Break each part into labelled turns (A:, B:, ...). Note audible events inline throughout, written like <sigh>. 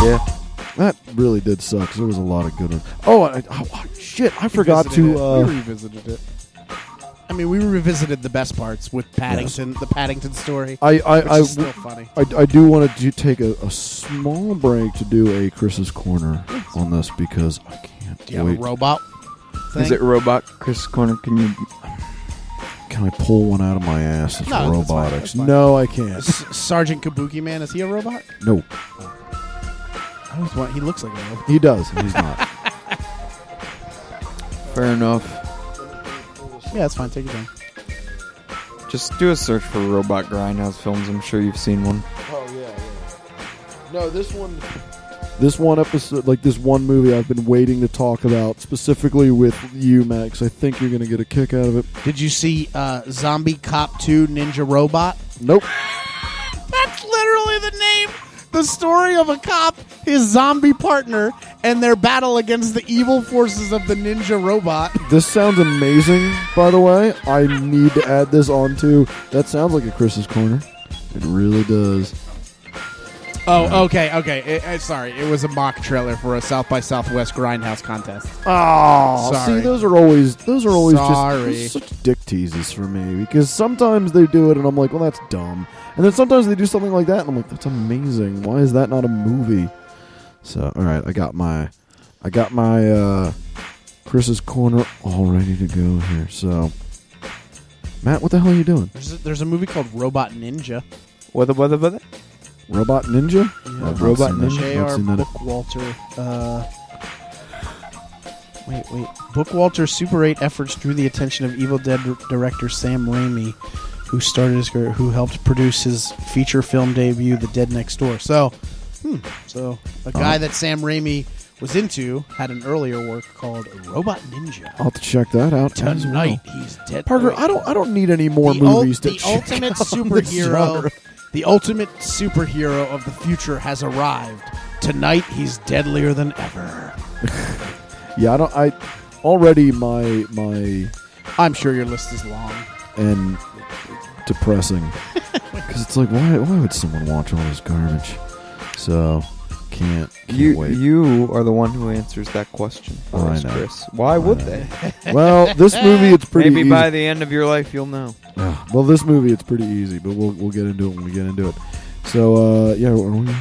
A: Yeah, that really did suck. 'cause there was a lot of good ones. Oh, I, oh, shit! I forgot
B: Revisited
A: to.
B: it.
A: Uh,
B: we revisited it.
C: I mean, we revisited the best parts with Paddington, the Paddington story.
A: I I
C: which
A: I,
C: is still funny.
A: I, I do want to do, take a, a small break to do a Chris's corner on this because I can't
C: Do you have
A: wait.
C: a robot thing?
B: Is it
D: Robot Chris Corner, can you?
A: Can I pull one out of my ass? It's
C: No, that's fine, that's
A: robotics.
C: fine.
A: No, I
C: <laughs>
A: can't.
C: S- Sergeant Kabuki Man? Is he a robot?
A: No,
C: I always want. He looks like a robot.
A: he does. He's not.
D: Fair enough.
C: Yeah, that's fine. Take your time.
D: Just do a search for Robot Grindhouse films. I'm sure you've seen one.
A: oh yeah, No, this one. This one episode, like this one movie, I've been waiting to talk about specifically with you, Max. I think you're going to get a kick out of it.
C: Did you see uh, Zombie Cop Two Ninja Robot?
A: Nope.
C: That's literally the name. The story of a cop, his zombie partner, and their battle against the evil forces of the ninja robot.
A: This sounds amazing, by the way. I need to add this on too. That sounds like a Chris's corner. It really does.
C: Oh, okay, okay. It, it- sorry, it was a mock trailer for a South by Southwest grindhouse contest.
A: Oh, see,
C: Sorry.
A: those are always those are always
C: Sorry.
A: just those are such dick teases for me because sometimes they do it and I'm like, well, that's dumb, and then sometimes they do something like that and I'm like, that's amazing. Why is that not a movie? So, all right, I got my, I got my uh, Chris's corner all ready to go here. So, Matt, what the hell are you doing?
C: There's a, there's a movie called Robot Ninja.
D: What the what the what the?
A: Robot Ninja? I've not
D: Robot
A: seen that.
D: Ninja.
A: Not
C: J.R.
A: seen that.
C: Bookwalter. Uh, wait, wait. Bookwalter's Super 8 efforts drew the attention of Evil Dead r- director Sam Raimi, who started his career, who helped produce his feature film debut, The Dead Next Door. So, hmm, so a guy
A: Uh-huh.
C: that Sam Raimi was into had an earlier work called Robot Ninja.
A: I'll have to check that out as well.
C: Tonight he's dead.
A: Parker,
C: Right.
A: I don't I don't need any more
C: the ul-
A: movies to
C: the
A: check
C: ultimate
A: out in this genre.
C: superhero the ultimate superhero of the future has arrived tonight he's deadlier than ever
A: Yeah, I don't I already my my
C: i'm sure your list is long
A: and depressing
C: <laughs>
A: cuz it's like why why would someone watch all this garbage? So, can't, can't
D: You
A: wait.
D: you are the one who answers that question for
A: I
D: us,
A: know.
D: Chris. Why would
A: know.
D: they?
A: well, this movie it's pretty
D: Maybe
A: easy.
D: by the end of your life you'll know.
A: Yeah, well, this movie it's pretty easy, but we'll we'll get into it when we get into it. So, uh yeah, are we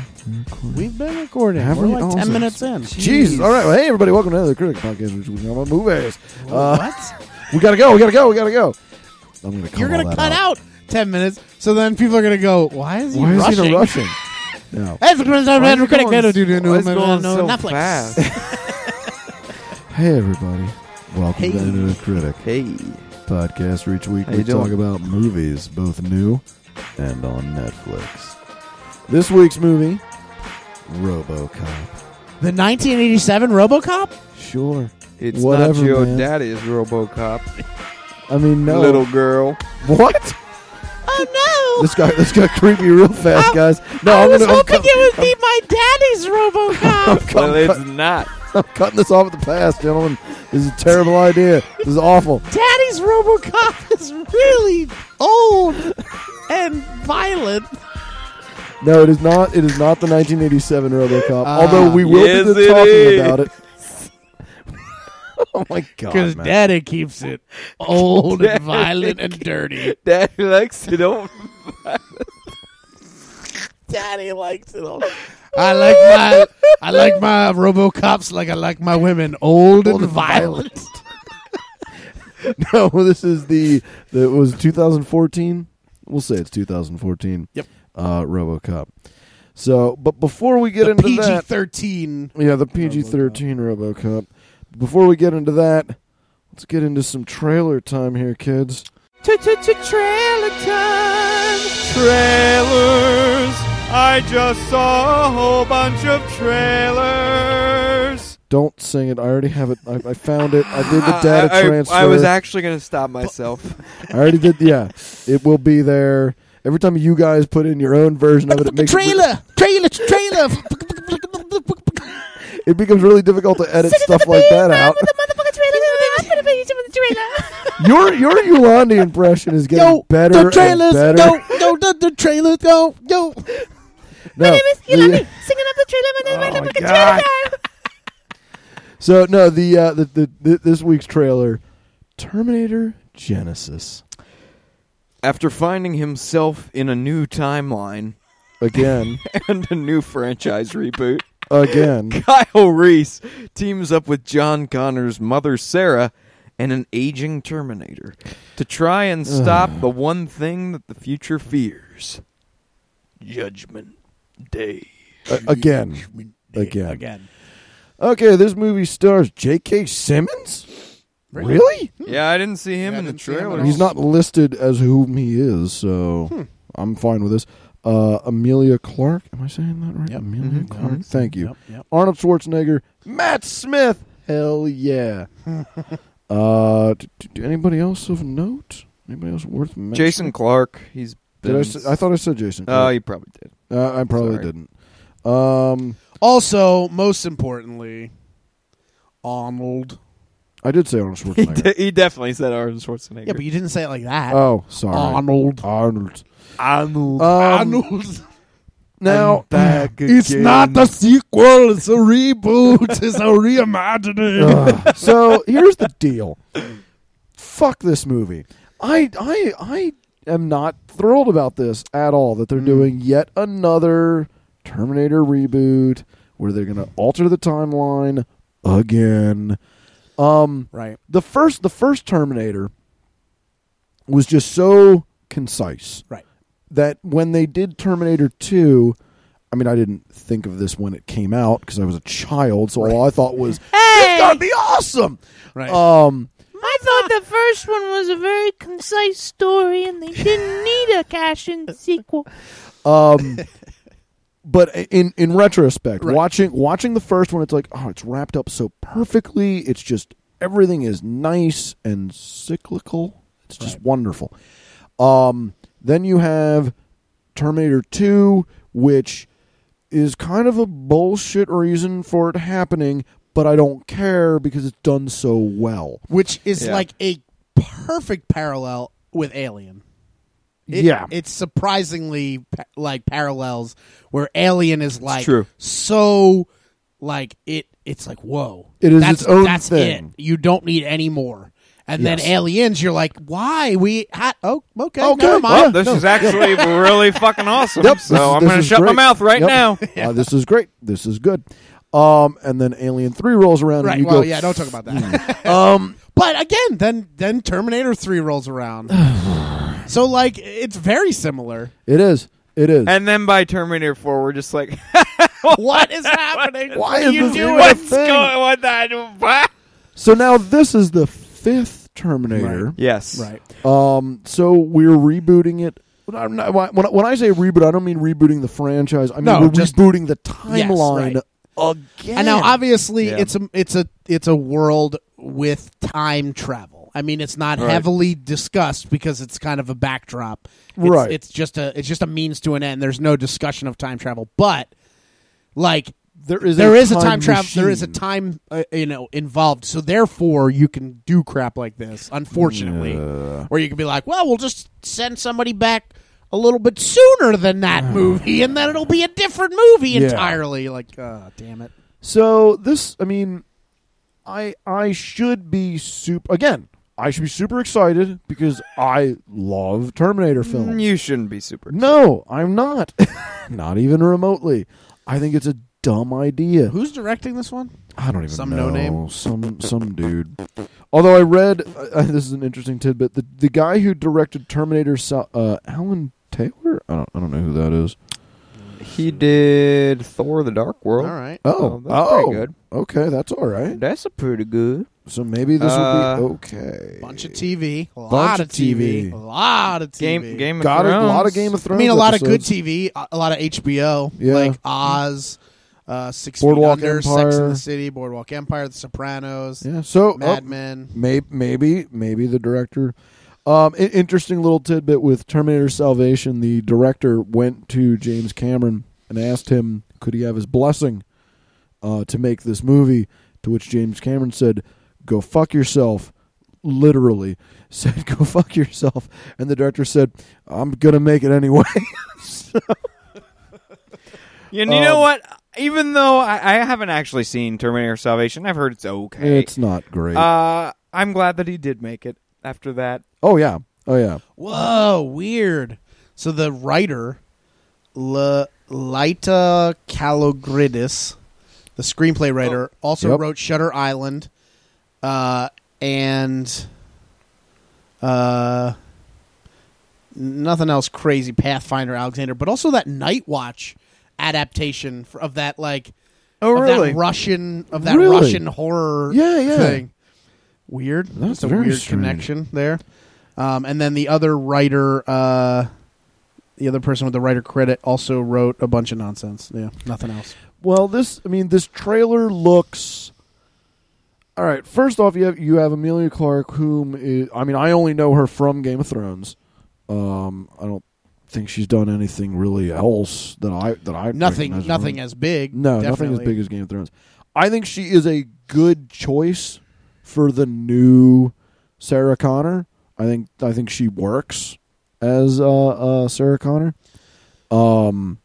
C: we've been recording
A: Have
C: we're
A: we?
C: like
A: Oh,
C: 10
A: so-
C: minutes in
A: Jesus. All right. Well, hey, everybody. Welcome to the Critic Podcast, which we talk about movies. Uh,
C: what
A: we got to go. We got to go. We got to go. I'm going to cut
C: you're
A: all
C: gonna
A: that
C: cut out. 10 minutes so then people are gonna go why is he
A: Why
C: rushing
A: is he in a
C: <laughs>
A: rushing? no.
C: That's because I'm
D: Why is
C: a
D: it
C: critic.
D: going
C: No, do, do, no,
D: why is
C: no,
D: it going
C: no,
D: so
C: Netflix.
D: fast?
A: Hey, everybody. Welcome
C: Hey.
A: to Into the Critic
D: hey,
A: Podcast, where each week
D: How
A: we
D: you doing?
A: talk about movies, both new and on Netflix. This week's movie, RoboCop.
C: <laughs> The 1987 RoboCop?
A: Sure.
D: it's
A: Whatever,
D: not your
A: man.
D: daddy's RoboCop.
A: I mean, <laughs> no.
D: Little
A: <laughs>
D: girl.
A: What?
C: Oh <laughs>
A: This guy, this got creepy real fast, guys. No, I'm gonna, I'm cut-
C: it would be my daddy's RoboCop. <laughs>
D: Well, it's not.
A: I'm cutting this off at the pass, gentlemen. This is a terrible idea. This is awful.
C: Daddy's RoboCop is really old and violent.
A: No, it is not. It is not the 1987 RoboCop.
D: Ah.
A: although we will
D: Yes,
A: be
D: it
A: talking
D: is.
A: about it.
D: <laughs>
A: oh my god,
C: Because
A: man.
C: Daddy keeps it old and violent and dirty.
D: Daddy likes it. Don't.
C: Daddy likes it all. I like my I like my RoboCops like I like my women old,
A: Old
C: and
A: and
C: violent.
A: <laughs> no, this is the that was 2014. We'll say it's 2014.
C: Yep.
A: Uh, RoboCop. So, but before we get
C: The
A: into
C: PG
A: that,
C: thirteen.
A: yeah, the PG-13 RoboCop. Before we get into that, let's get into some trailer time here, kids.
D: Trailer time. Trailers. I just saw a whole bunch of trailers.
A: Don't sing it. I already have it. I, I found it. I did
D: <laughs>
A: the
D: I-
A: data
D: Uh, I, I-
A: transfer.
D: I, was actually going to stop myself.
A: I already did. Yeah, it will be there. Every time you guys put in your own version of it, it makes it re-
C: Trailer, trailer, trailer.
A: it becomes really difficult to edit stuff like that out. <laughs> Your your Yolandi impression is getting
C: Yo,
A: better
C: the trailers
A: and better.
C: go, yo, the, the trailers go, yo. Oh.
A: No, the- So no, the, uh, the, the the this week's trailer, Terminator Genesis
D: After finding himself in a new timeline <laughs>
C: <laughs>
A: again,
D: and a new franchise reboot, <laughs>
A: again.
D: Kyle Reese teams up with John Connor's mother Sarah and an aging Terminator to try and stop the one thing that the future fears: Judgment Day.
A: A- again. Again.
C: Again.
A: Okay, this movie stars J.K. Simmons. Really?
D: Yeah, I didn't see him
C: Hmm. Yeah, I
D: in the
C: didn't see him at
D: trailer.
C: all.
A: He's not listed as whom he is, so
C: Hmm.
A: I'm fine with this. Uh, Amelia Clark. Am I saying that right?
C: Yep.
A: Amelia
C: Mhm.
A: Clark.
C: Mhm.
A: Thank you.
C: Yep, yep.
A: Arnold Schwarzenegger. Matt Smith. Hell yeah.
C: <laughs>
A: uh, d- d- anybody else of note? Anybody else worth mentioning?
D: Jason Clark. He's.
A: Did
D: been-
A: I, s- I thought I said Jason.
D: Oh,
A: Clark.
D: you probably did.
A: Uh, I probably
D: sorry.
A: didn't. Um,
C: Also, most importantly, Arnold.
A: I did say Arnold
D: <laughs> He,
A: Schwarzenegger.
D: de- he definitely said Arnold Schwarzenegger.
C: Yeah, but you didn't say it like that.
A: Oh, sorry.
C: Arnold.
A: Arnold.
D: Arnold.
C: um, Arnold.
A: Now
C: It's not a sequel. It's a <laughs> reboot. it's a reimagining.
A: Ugh. <sighs> so here's the deal. Fuck this movie. I I I am not thrilled about this at all. That they're doing yet another Terminator reboot where they're going to alter the timeline again. Um,
C: right.
A: the first the first Terminator was just so concise
C: Right.
A: that when they did Terminator 2, I mean, I didn't think of this when it came out because I was a child, so all I thought was, this is going to be awesome.
C: Right. Uh,
A: Um,
B: I thought the first one was a very concise story and they didn't need a cash in sequel.
A: um, but in, in retrospect,
C: Right.
A: watching watching the first one, it's like, oh, it's wrapped up so perfectly. It's just everything is nice and cyclical. It's just wonderful. Um, then you have Terminator 2, which is kind of a bullshit reason for it happening, but I don't care because it's done so well.
C: Which is
D: Yeah.
C: like a perfect parallel with Alien. It-
A: Yeah.
C: It's surprisingly pa- like parallels where Alien is like
D: true.
C: so like it it's like whoa.
A: It is
C: that's,
A: its own
C: that's
A: thing.
C: it. You don't need any more. And
A: Yes.
C: then Aliens you're like why we ha- oh okay,
A: Okay.
C: never mind.
A: Well,
D: This
A: No.
D: is actually really fucking awesome.
A: Yep.
D: So
A: This is-
D: I'm
A: this
D: going to
A: is
D: shut my
A: great.
D: mouth right
A: Yep.
D: now.
A: Uh, this is great. This is good. Um, and then Alien 3 rolls around
C: Right.
A: and you
C: Well,
A: go,
C: yeah, don't talk about that.
A: um,
C: <laughs> but again, then then Terminator 3 rolls
A: <sighs>
C: around. so like it's
A: <laughs>
C: very similar.
A: It is. It is.
D: And then by Terminator 4, we're just like, <laughs>
C: What is happening?
A: Why
C: what are
A: is
C: you
A: this
C: doing?
A: even a
D: what's
A: thing?
D: going on? That?
A: so now this is the fifth Terminator.
D: Yes.
C: Right.
A: Um, so we're rebooting it. But I'm not- When I, when I say reboot, I don't mean rebooting the franchise. I mean
C: No,
A: we're
C: just-
A: rebooting the timeline
C: Yes,
A: again.
C: And now, obviously,
D: Yeah.
C: it's a it's a it's a world with time travel. I mean, it's not
D: Right.
C: heavily discussed because it's kind of a backdrop. It's,
A: Right.
C: It's just a it's just a means to an end. There's no discussion of time travel, but like
A: there is
C: there
A: a
C: is
A: time
C: a time travel. There is a
A: machine.
C: time uh, you know involved. So therefore, you can do crap like this. Unfortunately, where you can be like, well, we'll just send somebody back. A little bit sooner
A: <sighs>
C: than that movie, and then it'll be a different movie
A: Yeah.
C: entirely. Like, uh, damn it!
A: So this, I mean, I I should be super again. I should be super excited because I love Terminator films.
C: Mm,
D: You shouldn't be super.
A: No, I'm not. <laughs> not even remotely. I think it's a dumb idea.
C: Who's directing this one?
A: I don't even
C: Some
A: know.
C: no-name?
A: Some some dude. Although I read uh, uh, <laughs> this is an interesting tidbit. The the guy who directed Terminator, Sal- uh, Alan Taylor. I don't, I don't know who that is.
D: He did Thor the Dark World.
C: All right.
A: Oh,
D: Oh, that's
A: oh,
D: pretty good.
A: Okay, that's all right.
D: That's a pretty good.
A: So maybe this
D: Uh,
A: will be okay.
C: Bunch of TV.
A: Eh.
C: A
A: Bunch
C: lot
A: of
C: of TV.
A: TV.
C: A lot of TV.
D: Game, Game of
A: Got a
D: Thrones.
A: lot of Game of
C: I
A: Thrones.
C: mean, a lot of good
A: episodes.
C: TV. A a lot of HBO.
A: Yeah.
C: Like Oz, uh, Six
A: Boardwalk
C: Feet Under, Sex
A: Empire.
C: and the City, Boardwalk Empire, The Sopranos,
A: Yeah. So
C: Mad
A: oh,
C: Men.
A: Maybe, maybe, maybe the director. Um, i- interesting little tidbit with Terminator Salvation. The director went to James Cameron and asked him, "Could he have his blessing?" Uh, uh, to make this movie. To which James Cameron said, "Go fuck yourself." Literally <laughs> said, "Go fuck yourself," and the director said, "I'm gonna make it anyway." <laughs>
D: And you
A: Um,
D: know what? Even though I, I haven't actually seen Terminator Salvation, I've heard it's okay.
A: it's not great.
D: uh, I'm glad that he did make it after that.
A: oh yeah, oh yeah.
C: Whoa, weird. So the writer, L- Lita Kalogridis, the screenplay writer, also
A: Yep.
C: wrote Shutter Island, uh, and uh, nothing else crazy. Pathfinder, Alexander, but also that Night Watch adaptation f- of that like
D: Oh,
C: of
D: really?
C: that Russian of that
A: Really?
C: Russian horror
A: Yeah, yeah.
C: thing. Weird.
A: That's
C: That's a
A: very
C: weird
A: strange.
C: connection there. Um, and then the other writer, uh, the other person with the writer credit, also wrote a bunch of nonsense. Yeah, nothing else.
A: Well, this I mean, this trailer looks. All right. First off, you have you have Amelia Clark, whom is, I mean, I only know her from Game of Thrones. Um, I don't think she's done anything really else that I that I
C: Nothing.
A: recognize her
C: Nothing
A: from.
C: as big.
A: no, nothing
C: definitely.
A: as big as Game of Thrones. I think she is a good choice for the new Sarah Connor. I think I think she works as uh, uh, Sarah Connor. Um,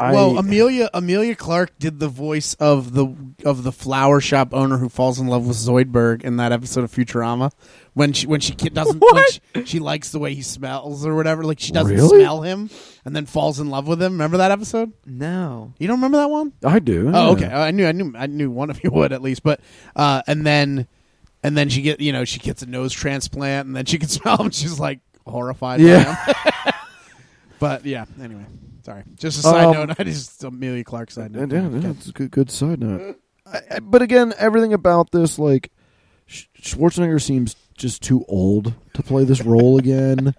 A: I,
C: well, Amelia Amelia Clark did the voice of the of the flower shop owner who falls in love with Zoidberg in that episode of Futurama when she when she
A: <laughs>
C: ki- doesn't when she, she likes the way he smells or whatever like she doesn't
A: Really?
C: smell him and then falls in love with him. Remember that episode?
D: No.
C: You don't remember that one?
A: I do. yeah.
C: Oh, okay. I knew, I knew, I knew one of you <laughs> would at least. But uh, and then, and then she get, you know, she gets a nose transplant, and then she can <laughs> smell him. She's like horrified. by
A: Yeah.
C: him. <laughs> but yeah. Anyway, sorry. Just a side
A: Um,
C: note. <laughs> I just Amelia Clark side
A: Yeah,
C: note.
A: yeah, yeah, it's a good, good side note. Uh, I, I, but again, everything about this, like Sch- Schwarzenegger, seems just too old to play this role <laughs> again.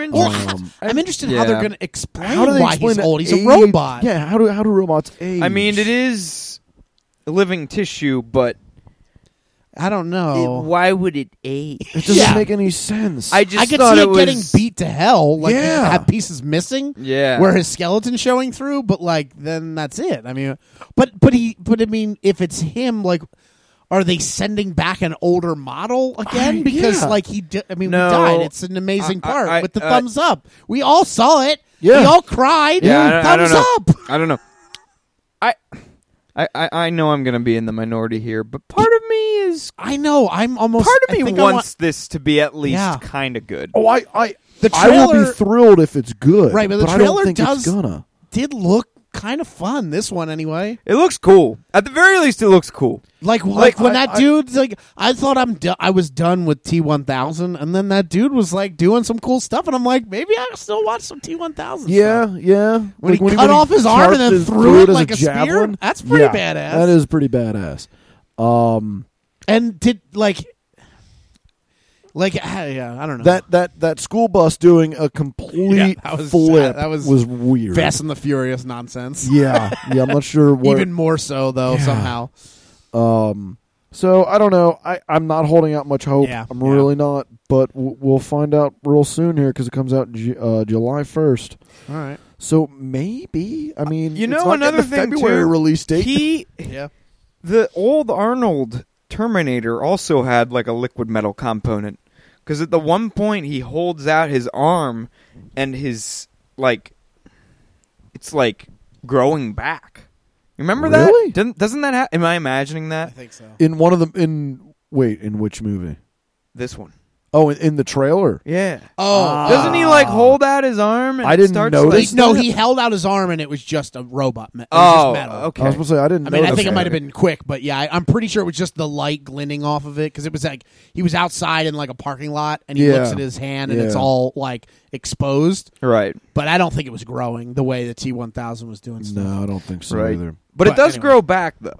C: <laughs>
D: in.
A: Um,
C: I'm interested in how they're
D: Yeah.
C: going to explain
A: how do they
C: why
A: explain
C: he's
A: the
C: old. He's
A: age-
C: a robot.
A: Yeah, how do how do robots age?
D: I mean, it is living tissue, but
C: I don't know.
B: why would it age?
A: It doesn't
C: yeah.
A: make any sense.
D: I just
C: I could
D: thought
C: see
D: it
C: it
D: was
C: getting beat to hell. Like
A: Yeah.
C: have pieces missing.
D: Yeah.
C: where his skeleton's showing through, but like then that's it. I mean, but but he but I mean, if it's him, like, are they sending back an older model again?
A: I-
C: because
A: yeah.
C: like he, di- I mean,
D: No.
C: we died. It's an amazing
D: I- I-
C: part
D: I- uh,
C: with the
D: I-
C: thumbs up. We all saw it.
A: Yeah.
C: we all cried.
D: Yeah, I don't- I
C: thumbs
D: don't know.
C: up.
D: I don't know. I, I, I, I know I'm going to be in the minority here, but part of me is
C: I know. I'm almost.
D: part
C: I
D: of me
C: think
D: wants
C: I want-
D: this to be at least
C: Yeah.
D: kind of good.
A: oh, I I
C: The
A: I will be
C: trailer-
A: thrilled if it's good.
C: Right, but the
A: I don't
C: trailer
A: think
C: does-
A: it's gonna.
C: did look kind of fun. This one anyway.
D: It looks cool. At the very least, it looks cool.
C: Like, like when
A: I-
C: that
A: I-
C: dude's like, I thought I'm do- I was done with T1000, and then that dude was like doing some cool stuff, and I'm like, maybe I will still watch some T1000.
A: Yeah, yeah.
C: when
A: Like,
C: he cut off his arm and
A: charged
C: then
A: his-
C: threw it
A: as
C: like a spear?
A: javelin?
C: That's pretty
A: Yeah,
C: badass.
A: That is pretty badass. Um,
C: and did like, like ah, yeah, I don't know
A: that that that school bus doing a complete
C: Yeah, that was-
A: flip
C: that was
A: weird.
C: Fast and the Furious nonsense.
A: Yeah, yeah. I'm not
C: <laughs>
A: sure what.
C: Even more so though
A: Yeah.
C: somehow.
A: um, so I don't know. I I'm not holding out much hope.
C: Yeah,
A: I'm
C: yeah.
A: really not. But w- we'll find out real soon here because it comes out Ju- uh, July 1st.
C: All right.
A: So maybe. I mean,
D: You
A: it's
D: know
A: not getting
D: another
A: a
D: thing,
A: February
D: too?
A: release date.
D: He,
C: Yeah.
D: the old Arnold Terminator also had like a liquid metal component because at the one point he holds out his arm and his like, it's like growing back. Remember that?
A: Really?
D: Doesn't, doesn't that? Ha- am I imagining
C: I
D: that?
C: think so.
A: in one of the in wait in which movie?
D: This one.
A: Oh, in, in the trailer.
D: Yeah.
C: Oh,
D: Doesn't he like hold out his arm? And
A: I didn't
D: starts,
A: notice
D: like-
A: he's
C: no,
A: done
C: he held out his arm and it was just a robot. Me- it was
D: Oh,
C: just metal.
D: okay.
A: I was supposed to say I didn't.
C: I mean, I
A: notice
C: think it
A: that.
C: might have been quick, but yeah, I, I'm pretty sure it was just the light glinting off of it because it was like he was outside in like a parking lot and he
A: Yeah.
C: looks at his hand and it's
A: Yeah.
C: all like exposed.
D: Right.
C: But I don't think it was growing the way the T1000 was doing stuff.
A: No, I don't think so
D: Right.
A: either.
D: But, it
C: But
D: does
C: anyway.
D: grow back though.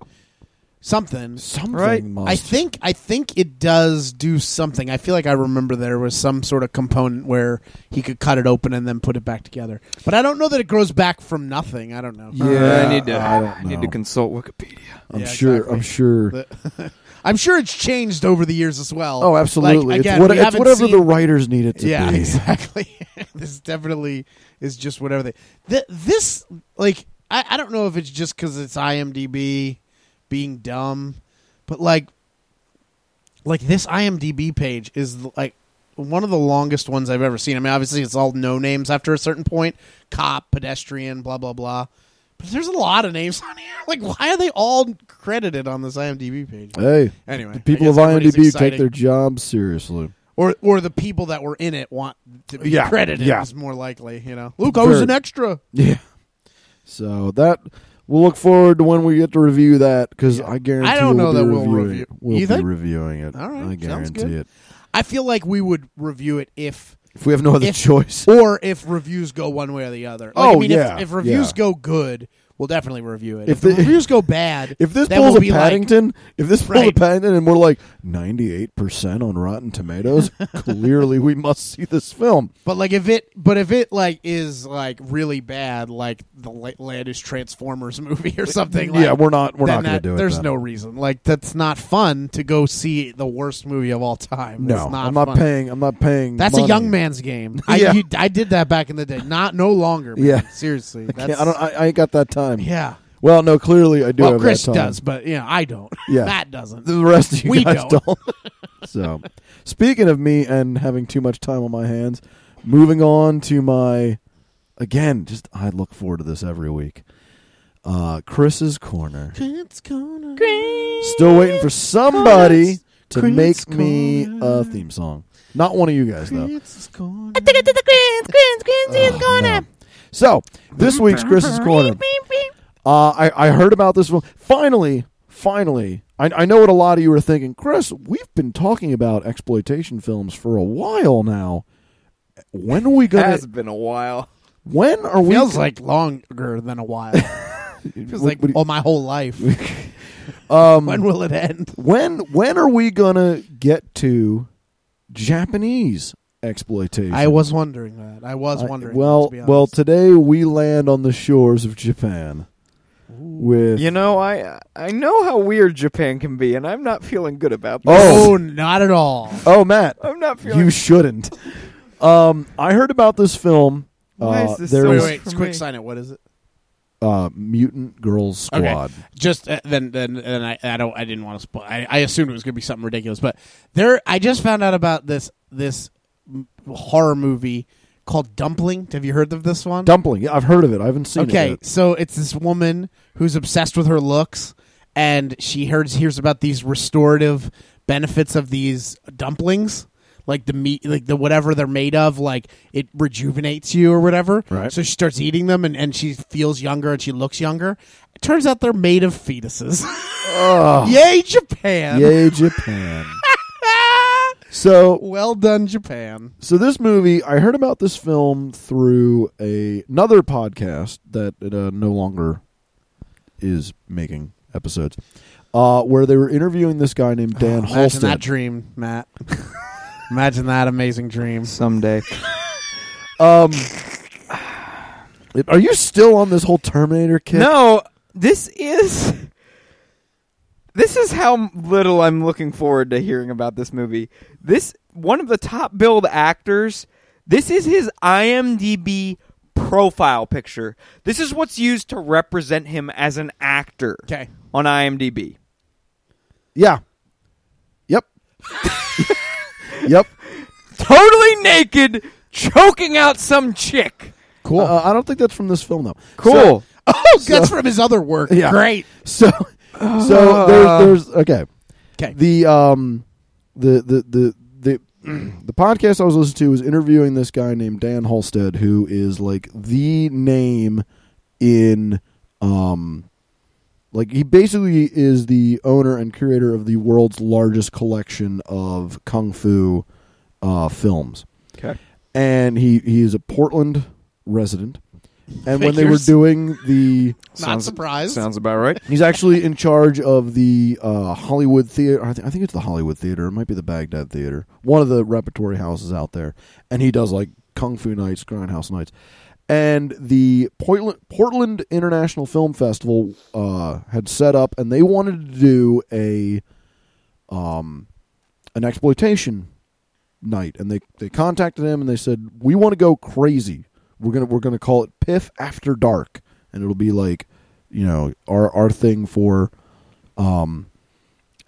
C: Something.
A: Something
D: Right.
A: must.
C: I think I think it does do something. I feel like I remember there was some sort of component where he could cut it open and then put it back together. But I don't know that it grows back from nothing. I don't know.
A: Yeah,
D: I need to.
A: I don't
D: need
A: know.
D: to consult Wikipedia.
A: I'm
C: Yeah,
A: sure. I'm
C: exactly.
A: sure.
C: I'm sure it's changed over the years as well.
A: Oh, absolutely.
C: Like,
A: It's
C: again,
A: what-
C: we
A: it's,
C: haven't
A: whatever
C: seen-
A: the writers need it to
C: yeah, <laughs>
A: be.
C: exactly. this definitely is just whatever they. Th- this like I, I don't know if it's just because it's IMDb being dumb, but like, like this IMDb page is like one of the longest ones I've ever seen. I mean, obviously it's all no names after a certain point: cop, pedestrian, blah blah blah. But there's a lot of names on here. Like, why are they all credited on this IMDb page?
A: <laughs> Hey,
C: Anyway,
A: Uh, the
C: I
A: people
C: guess
A: of
C: everybody's
A: IMDb
C: excited.
A: take their job seriously.
C: or or the people that were in it want to be
A: Yeah,
C: credited
A: yeah.
C: is more likely. You know, Luke, I was
A: Very-
C: an extra.
A: Yeah. <laughs> So that we'll look forward to when we get to review that because
C: Yeah.
A: I guarantee
C: I don't
A: we'll
C: know
A: be
C: that we'll
A: reviewing,
C: review-
A: We'll be
C: You think?
A: reviewing it.
C: All right,
A: I
C: sounds
A: guarantee
C: good.
A: it.
C: I feel like we would review it if
A: If we have no other
C: If-
A: choice, <laughs>
C: or if reviews go one way or the other. Like, I
A: Oh,
C: mean,
A: yeah,
C: If, if reviews
A: yeah.
C: go good, we'll definitely review it.
A: If
C: If, the
A: the-
C: reviews go bad,
A: <laughs> if this
C: then
A: pulls
C: we'll
A: a
C: be like,
A: Paddington, if this pulls a
C: Right.
A: Paddington, and we're like ninety-eight percent on Rotten
C: <laughs>
A: Tomatoes, clearly we must see this film.
C: but like if it, but if it like is like really bad, like the la- latest Transformers <laughs> movie or something. Like,
A: yeah, we're not. We're not
C: then
A: going to
C: that-
A: do it.
C: There's
A: then.
C: no reason. Like that's not fun to go see the worst movie of all time.
A: No,
C: It's not
A: I'm not
C: fun.
A: paying. I'm not paying.
C: That's a
A: money.
C: young
A: <laughs>
C: man's game. I,
A: Yeah.
C: you, I did that back in the day. Not no longer. Man.
A: Yeah.
C: seriously. That's,
A: Yeah, I don't. I, I ain't got that time.
C: yeah.
A: Well, no. Clearly, I do.
C: Well,
A: have
C: Chris
A: that time.
C: does, but yeah, I don't.
A: Yeah.
C: Matt doesn't.
A: <laughs> The rest of you
C: We
A: guys don't. <laughs>
C: don't.
A: so, speaking of me and having too much time on my hands, moving on to my again, just I look forward to this every week. Uh, Chris's corner.
C: It's gonna
A: Still waiting for somebody
C: Chris.
A: to
C: Chris
A: make me
C: Corner.
A: a theme song. Not one of you guys though.
B: I think I did the grins, grins, grins,
A: Oh,
B: it's going
A: no.
B: up.
A: So this week's Chris's corner.
B: Beep, beep.
A: Uh, I I heard about this one. Finally, finally, I I know what a lot of you are thinking, Chris. We've been talking about exploitation films for a while now. When are we gonna?
D: Has been a while.
A: when are we?
C: Feels like longer than
A: <laughs>
C: a while. Feels like
A: what do you-
C: oh, my whole life. when
A: um,
C: will it end?
A: when when are we gonna get to Japanese exploitation?
C: I was wondering that. I was
A: I-
C: wondering.
A: well,
C: to be honest.
A: well, today we land on the shores of Japan with
D: You know, I I know how weird Japan can be, and I'm not feeling good about this.
A: Oh.
C: oh, not at all.
A: oh Matt,
C: <laughs>
D: I'm not feeling.
A: you shouldn't. Um, I heard about this film.
D: Why
A: uh,
D: is this
A: there
D: so
C: Wait,
A: was
C: wait,
D: for
C: quick
D: me.
C: sign it. What is it?
A: uh, Mutant Girls
C: Okay.
A: Squad.
C: Just uh, then, then, then I, I don't, I didn't want to spoil. I, I assumed it was going to be something ridiculous, but there, I just found out about this this m- horror movie called Dumpling. Have you heard of this one?
A: Dumpling. Yeah, I've heard of it. I haven't seen
C: Okay,
A: it.
C: so it's this woman who's obsessed with her looks, and she hears hears about these restorative benefits of these dumplings, like the meat, like the whatever they're made of, like it rejuvenates you or whatever.
A: Right.
C: So she starts eating them, and and she feels younger and she looks younger. It turns out they're made of fetuses. <laughs> Yay, Japan!
A: Yet. Yay, Japan. <laughs> so,
C: <laughs> Well done, Japan.
A: so this movie, I heard about this film through a, another podcast that it, uh, no longer is making episodes, uh, where they were interviewing this guy named Dan
C: Imagine that
A: Halstead.
C: dream, Matt. <laughs> Imagine that
A: <laughs>
C: amazing dream.
D: <laughs> someday.
A: um, are you still on this whole Terminator kick?
D: <laughs> No, this is this is how little I'm looking forward to hearing about this movie. This one of the top billed actors. This is his IMDb profile picture. This is what's used to represent him as an actor
C: Okay.
D: on IMDb.
A: Yeah. Yep. <laughs> yep.
D: Totally naked, choking out some chick.
A: Cool. Uh, I don't think that's from this film though. So-
D: Cool.
C: Oh, that's from his other work.
A: Yeah.
C: Great.
A: So, so there's, there's okay.
C: 'Kay.
A: The um, the the the the. <clears throat> The podcast I was listening to was interviewing this guy named Dan Halstead, who is like the name in, um, like he basically is the owner and curator of the world's largest collection of kung fu uh, films,
D: Okay.
A: and he he is a Portland resident. And when they were
C: Figures.
A: doing the <laughs>
C: Not surprised.
D: Sounds about right.
A: He's actually in charge of the uh, Hollywood Theater. I, th- I think it's the Hollywood Theater. It might be the Baghdad Theater. One of the repertory houses out there. And he does like Kung Fu Nights, Grindhouse Nights. And the Portland, Portland International Film Festival uh, had set up, and they wanted to do a um, an exploitation night and they they contacted him and they said we want to go crazy we're gonna we're gonna call it piff after dark and and it'll be like, you know, our our thing for um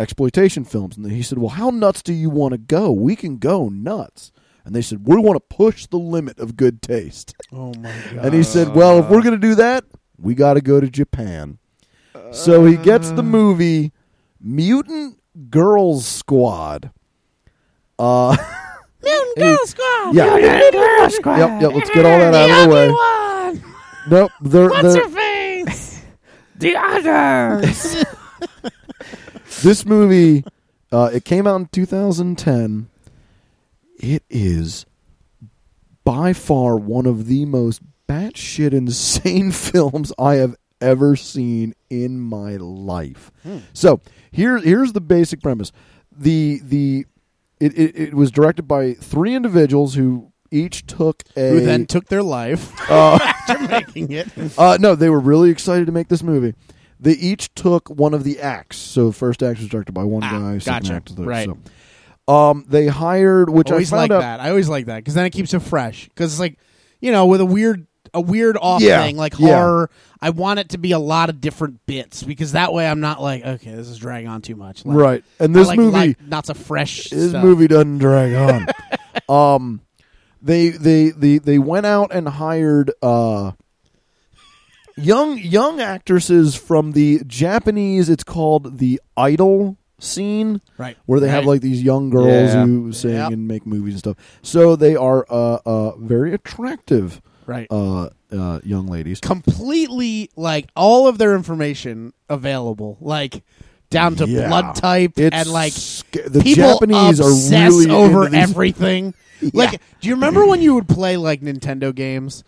A: exploitation films. And he said, Well, how nuts do you want to go? We can go nuts. And they said, We want to push the limit of good taste.
C: <laughs> Oh my god!
A: And he said, Well, if we're gonna do that, we gotta go to Japan. So he gets
C: Uh.
A: the movie Mutant Girls Squad. Uh
B: Mountain Girl Squad.
A: Yeah.
B: Mountain Girl Squad.
A: Yep, yep, let's get all that out of the way.
B: One.
A: nope, they're,
B: What's
A: they're-
B: her face? the others.
A: this movie uh, it came out in 2010 it is by far one of the most batshit insane <laughs> films i have ever seen in my life so here, here's the basic premise the the it, it, it was directed by three individuals who each took a
C: who then took
A: <laughs>
C: their life
A: Oh.
C: <laughs> after making it.
A: uh, no, they were really excited to make this movie. They each took one of the acts. So first act was directed by one
C: Ah,
A: guy, second
C: gotcha.
A: act was the-
C: Right.
A: So. Um, they hired, which I
C: always
A: found
C: like
A: out.
C: that. I always like that because then it keeps it fresh. Because it's like, you know, with a weird, a weird off
A: Yeah,
C: thing like
A: yeah.
C: horror. I want it to be a lot of different bits because that way I'm not like, okay, this is dragging on too much. Like,
A: Right, and
C: I
A: this
C: like,
A: movie,
C: like, lots of fresh.
A: this
C: stuff.
A: movie
C: <laughs>
A: doesn't drag on. um, they they they they went out and hired uh young young actresses from the Japanese. It's called the idol scene.
C: right?
A: where they
C: right.
A: have like these young girls
D: Yeah.
A: who sing
C: Yep.
A: and make movies and stuff. So they are uh, uh, very attractive
C: right.
A: uh, uh, young ladies.
C: completely like all of their information available, like down to
A: Yeah.
C: blood type
A: It's
C: and like
A: sca- the
C: people
A: Japanese
C: obsess
A: are really
C: over
A: into these- <laughs>
C: everything. Like, do you remember when you would play like Nintendo games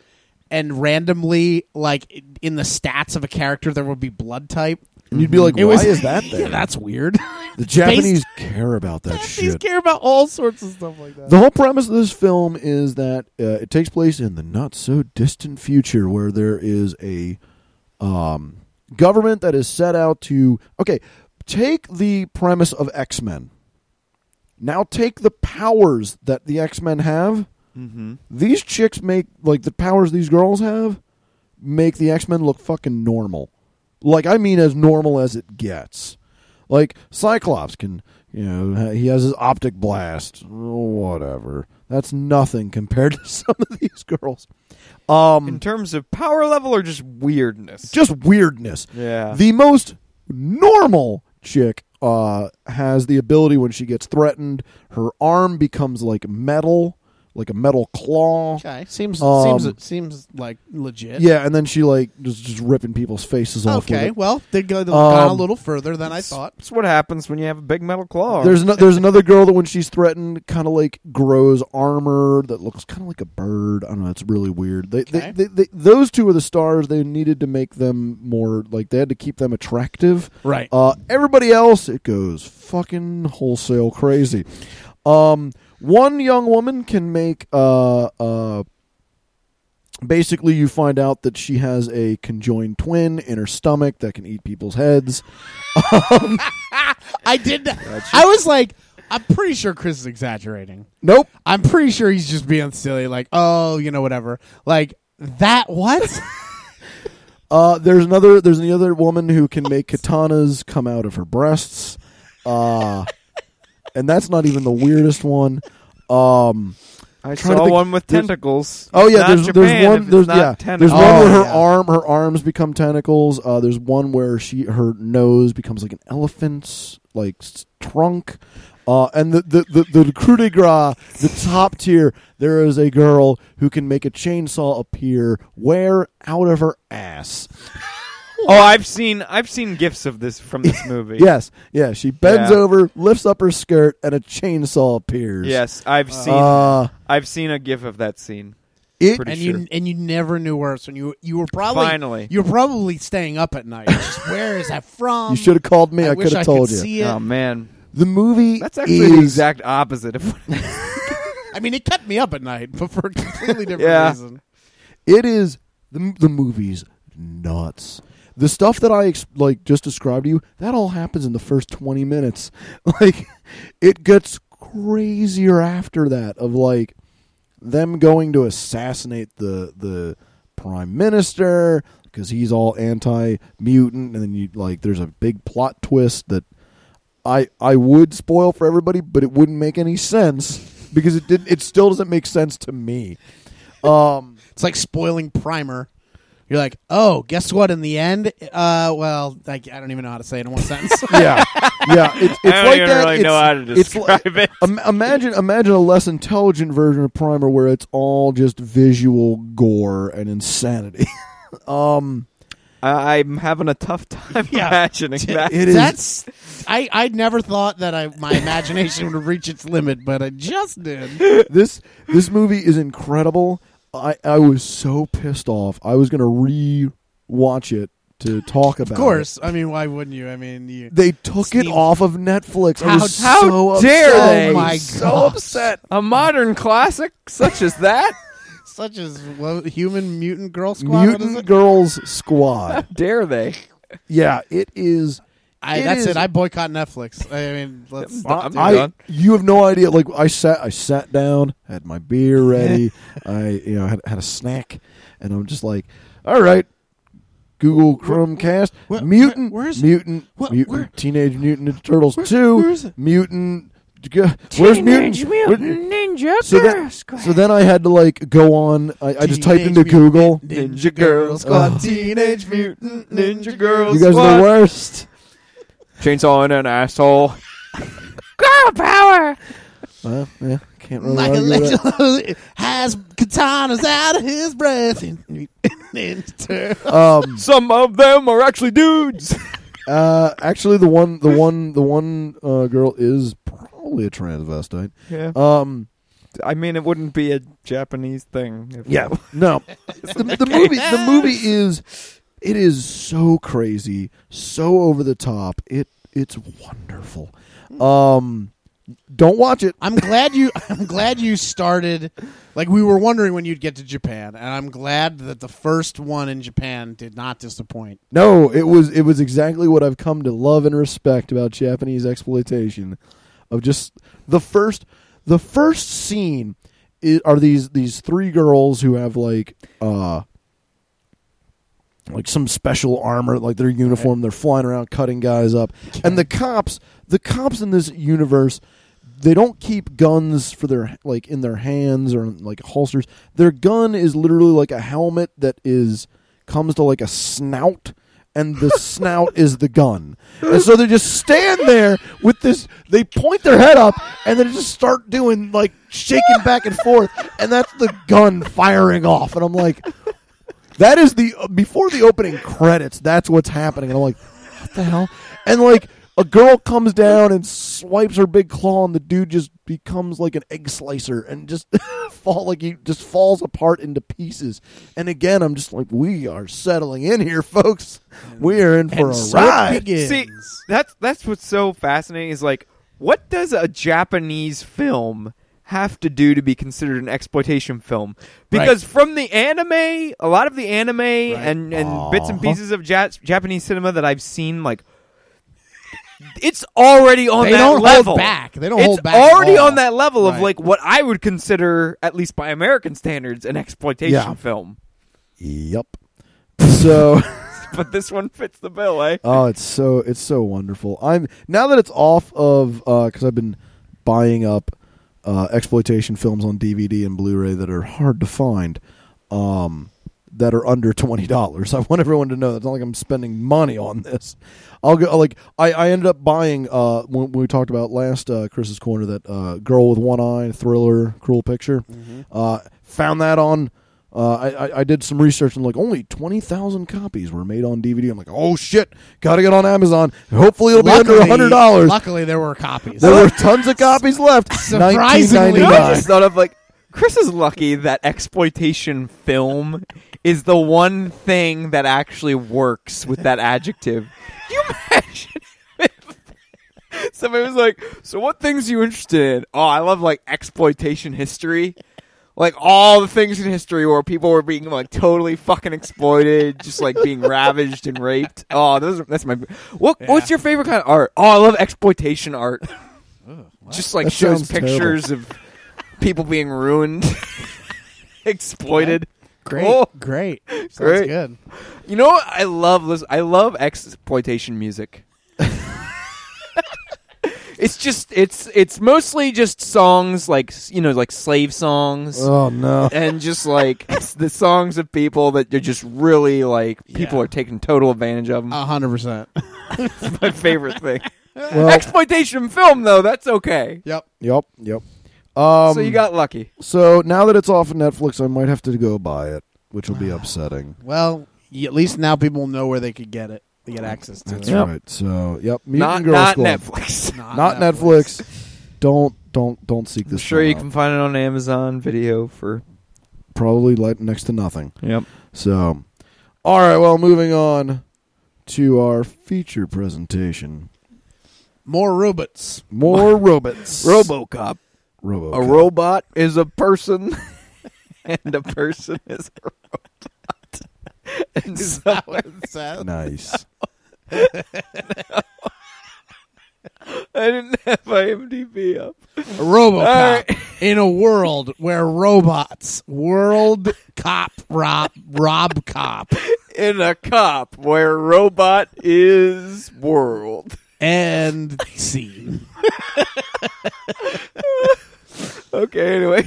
C: and randomly like in the stats of a character there would be blood type?
A: And you'd be like,
C: It
A: why
C: was-
A: is <laughs> that there?
C: Yeah, that's <laughs> weird.
A: the Japanese care about <laughs> that
C: These
A: shit.
C: care about all sorts of stuff like that.
A: The whole premise of this film is that uh, it takes place in the not so distant future, where there is a um, government that is set out to okay take the premise of X Men. Now take the powers that the X Men have.
D: Mm-hmm.
A: These chicks make like the powers these girls have make the X Men look fucking normal. Like I mean, as normal as it gets. Like Cyclops can, you know, he has his optic blast. Oh, whatever. That's nothing compared <laughs> to some of these girls.
D: In
A: Um,
D: terms of power level or just weirdness?
A: just weirdness.
D: yeah.
A: The most normal chick uh, has the ability when she gets threatened, her arm becomes like metal, like a metal claw.
C: Okay, seems
A: Um,
C: seems seems like legit.
A: Yeah, and then she like just just ripping people's faces off. with
C: Okay.
A: it.
C: Well, they go gone a
A: Um,
C: little further than I thought.
D: That's what happens when you have a big metal claw.
A: There's no, there's another girl that when she's threatened, kind of like grows armor that looks kind of like a bird. I don't know. It's really weird. They,
C: Okay.
A: they, they, they, those two are the stars. They needed to make them more like they had to keep them attractive.
C: Right.
A: Uh, everybody else, it goes fucking wholesale crazy. Um, one young woman can make uh uh. Basically, you find out that she has a conjoined twin in her stomach that can eat people's heads.
C: I
A: <laughs>
C: did. I was like, I'm pretty sure Chris is exaggerating.
A: Nope.
C: I'm pretty sure he's just being silly, like, oh, you know, whatever. Like that.
A: <laughs>
C: What?
A: Uh, there's another. There's another woman who can make katanas come out of her breasts. Uh, and that's not even the weirdest one. Um, trying
D: I
A: to
D: saw
A: think-
D: one with
A: there's-
D: tentacles.
A: oh yeah,
D: Not
A: there's
D: Japan
A: there's
D: if
A: one
D: it's
A: there's
D: not
A: yeah there's
D: tentacles.
A: one where her
C: yeah.
A: arm her arms become tentacles. Uh, there's one where she her nose becomes like an elephant's like s- trunk. Uh, and the the the, the coup de grace, the top tier. There is a girl who can make a chainsaw appear where out of her ass.
D: Oh, I've seen I've seen gifs of this
A: <laughs>
D: from this movie.
A: Yes, yeah. She bends
D: Yeah.
A: over, lifts up her skirt, and a chainsaw appears.
D: Yes, I've seen
A: Uh,
D: I've seen a gif of that scene.
A: it,
D: Pretty
C: and
D: sure.
C: you and you never knew where it's when you you were probably
D: Finally.
C: you were probably staying up at night. Just, where is that from?
A: you should have called me. I,
C: wish
A: could have told
C: could
A: you. Um,
C: See it.
D: Oh man,
A: The movie
D: that's actually the
A: is-
D: exact opposite of. <laughs>
C: I mean, it kept me up at night, but for a
A: <laughs>
C: completely different
D: Yeah.
C: reason.
A: It is the the movie's nuts. The stuff that I ex- like just described to you, that all happens in the first twenty minutes. <laughs> Like it gets crazier after that. Of like them going to assassinate the the prime minister because he's all anti mutant, and then you like there's a big plot twist that I I would spoil for everybody, but it wouldn't make any sense because it did it still doesn't make sense to me. Um,
C: It's like spoiling primer. You're like, oh, guess what? In the end, uh, well, like I don't even know how to say it in one sentence.
A: yeah, yeah, it's, it's
D: I don't
A: like
D: even
A: that.
D: really
A: it's,
D: know how to
A: it's
D: describe
A: like-
D: it.
A: Im- imagine imagine a less intelligent version of Primer where it's all just visual gore and insanity. <laughs> um,
D: <laughs> I- I'm having a tough <laughs> time
C: Yeah.
D: imagining
A: <laughs>
D: that.
A: it is
C: That's I I never thought that I my imagination would reach its limit, but I just did.
A: this this movie is incredible. I I was so pissed off. I was gonna re-watch it to talk about.
C: Of course, I mean, why wouldn't you? I mean, you,
A: it. they took it
C: Steve-
A: off of Netflix. I
C: How-
A: was
D: how
A: so upset.
D: dare
A: I was
D: they? Oh <laughs>
C: my
A: so
C: gosh.
A: upset.
D: A modern classic such as that?
C: such as well, human mutant girl squad. what is
A: Mutant
C: it?
A: Girls
D: <laughs>
A: Squad.
D: Dare they?
A: Yeah, it is.
C: I,
A: it
C: that's
A: is-
C: it. I boycott Netflix. I mean, let's.
D: I'm
C: do
A: I,
C: it.
D: done.
A: you have no idea. Like I sat, I sat down, had my beer
C: <laughs>
A: ready. I, you know, had, had a snack, and I'm just like, all right, Google Chromecast,
C: where-
A: mutant,
C: where- where is it?
A: mutant,
C: Where-
A: mutant,
C: where-
A: Teenage Mutant Ninja Turtles two,
C: where is it?
A: mutant. g- Where's mutant?
B: Teenage
A: where-
B: Ninja
A: so
B: Girl
A: that,
B: Squad.
A: so then I had to like go on. I, I just typed
C: Teenage
A: into
C: Mutant
A: Google.
D: Ninja Girl Squad, Teenage Mutant <laughs> Ninja Girl
A: You guys are
D: Squad.
A: the worst.
D: Chainsaw and an asshole.
B: Girl power.
A: Well, yeah, can't really. argue with that.
C: <laughs> Michelangelo has katanas out of his breast. Ninja Turtle.
A: Um,
D: Some of them are actually dudes.
A: Uh, actually, the one, the one, the one uh, girl is probably a transvestite.
D: yeah.
A: Um,
D: Uh, I mean, it wouldn't be a Japanese thing. If
A: yeah, no. the, the movie, the movie is, it is so crazy, so over the top. It, it's wonderful. Um, don't watch it.
C: <laughs> I'm glad you. I'm glad you started. Like we were wondering when you'd get to Japan, and I'm glad that the first one in Japan did not disappoint.
A: No, it was, it was exactly what I've come to love and respect about Japanese exploitation, of just the first, the first scene. i are these these three girls who have like uh like some special armor, like their uniform. They're flying around cutting guys up, and the cops, the cops in this universe, they don't keep guns for their like in their hands or like holsters. Their gun is literally like a helmet that is comes to like a snout. And the snout is the gun, and so they just stand there with this. They point their head up, and then just start doing like shaking back and forth, and that's the gun firing off. And I'm like, that is the before the opening credits. That's what's happening, and I'm like, what the hell? And like a girl comes down and swipes her big claw, and the dude just becomes like an egg slicer and just <laughs> fall like he just falls apart into pieces. And again, I'm just like, we are settling in here, folks. We are in for a
C: so it
A: ride.
C: begins.
D: See, that's that's what's so fascinating is like, what does a Japanese film have to do to be considered an exploitation film? Because from the anime, a lot of the anime and and bits
A: Uh-huh.
D: and pieces of ja- Japanese cinema that I've seen, like. It's already on
C: They
D: that
C: don't hold
D: level.
C: back. They don't
D: It's
C: hold back at
D: already
C: all.
D: on that level of
C: Right.
D: like what I would consider, at least by American standards, an exploitation
A: Yeah.
D: film. <laughs>
A: Yep. So. <laughs>
D: But this one fits the bill, eh?
A: Oh, it's so it's so wonderful. I'm now that it's off of because I've been buying up uh, exploitation films on DVD and Blu-ray that are hard to find, um, that are under twenty dollars. I want everyone to know that's not like I'm spending money on this. I'll go like I, I ended up buying uh, when, when we talked about last uh, Chris's corner that uh, girl with one eye thriller cruel picture. Uh, found that on. Uh, I, I, I did some research and like only twenty thousand copies were made on DVD. I'm like, oh shit, gotta get on Amazon. Hopefully it'll be under
C: Luckily-
A: hundred dollars.
C: Luckily, there were copies.
A: There were tons of copies
D: <laughs>
A: left.
C: Surprisingly,
D: You know,
A: 1999.
D: I just thought of like Chris is lucky that exploitation film is the one thing that actually works with that adjective. Can you imagine? if Somebody was like, "So what things you interested in?" Oh, I love like exploitation history, like all the things in history where people were being like totally fucking exploited, just like being ravaged and raped. Oh, those are, that's my. What, What's your favorite kind of art? Oh, I love exploitation art. just like
A: That
D: shows
A: sounds terrible.
D: pictures of people being ruined, <laughs> exploited.
C: <laughs> Great,
D: Oh.
C: great, sounds
D: Great.
C: good.
D: You know what? I love this. I love exploitation music. it's just it's it's mostly just songs like you know like slave songs
A: Oh no.
D: and just like it's the songs of people that are just really like people
C: Yeah.
D: are taking total advantage of them.
C: A hundred percent.
D: My favorite thing. <laughs>
A: Well,
D: Exploitation film though, that's okay.
C: Yep.
A: yep, yep. Um,
D: so you got lucky.
A: so now that it's off of Netflix, I might have to go buy it, which will be upsetting.
C: Well, y- at least now people know where they could get it. They get access to
A: That's
C: it.
D: Yep.
A: right. So yep, Mutant
D: Not
A: Girls
D: not
A: Club.
D: Netflix. <laughs>
A: Not Netflix. Don't don't don't seek
D: I'm
A: this.
D: sure
A: one
D: you
A: out.
D: can find it on Amazon Video for
A: probably like next to nothing.
D: Yep.
A: So, all right. Well, moving on to our feature presentation.
C: More
D: <laughs>
C: robots.
A: More robots.
D: RoboCop.
A: Robo.
D: A robot is a person, <laughs> and a person is a robot. <laughs> And so,
A: Nice.
D: I didn't have IMDb up.
C: A robot
D: All right.
C: in a world where robots, world cop, rob, rob cop,
D: In a cop where robot is world.
C: and scene.
D: Okay, anyway.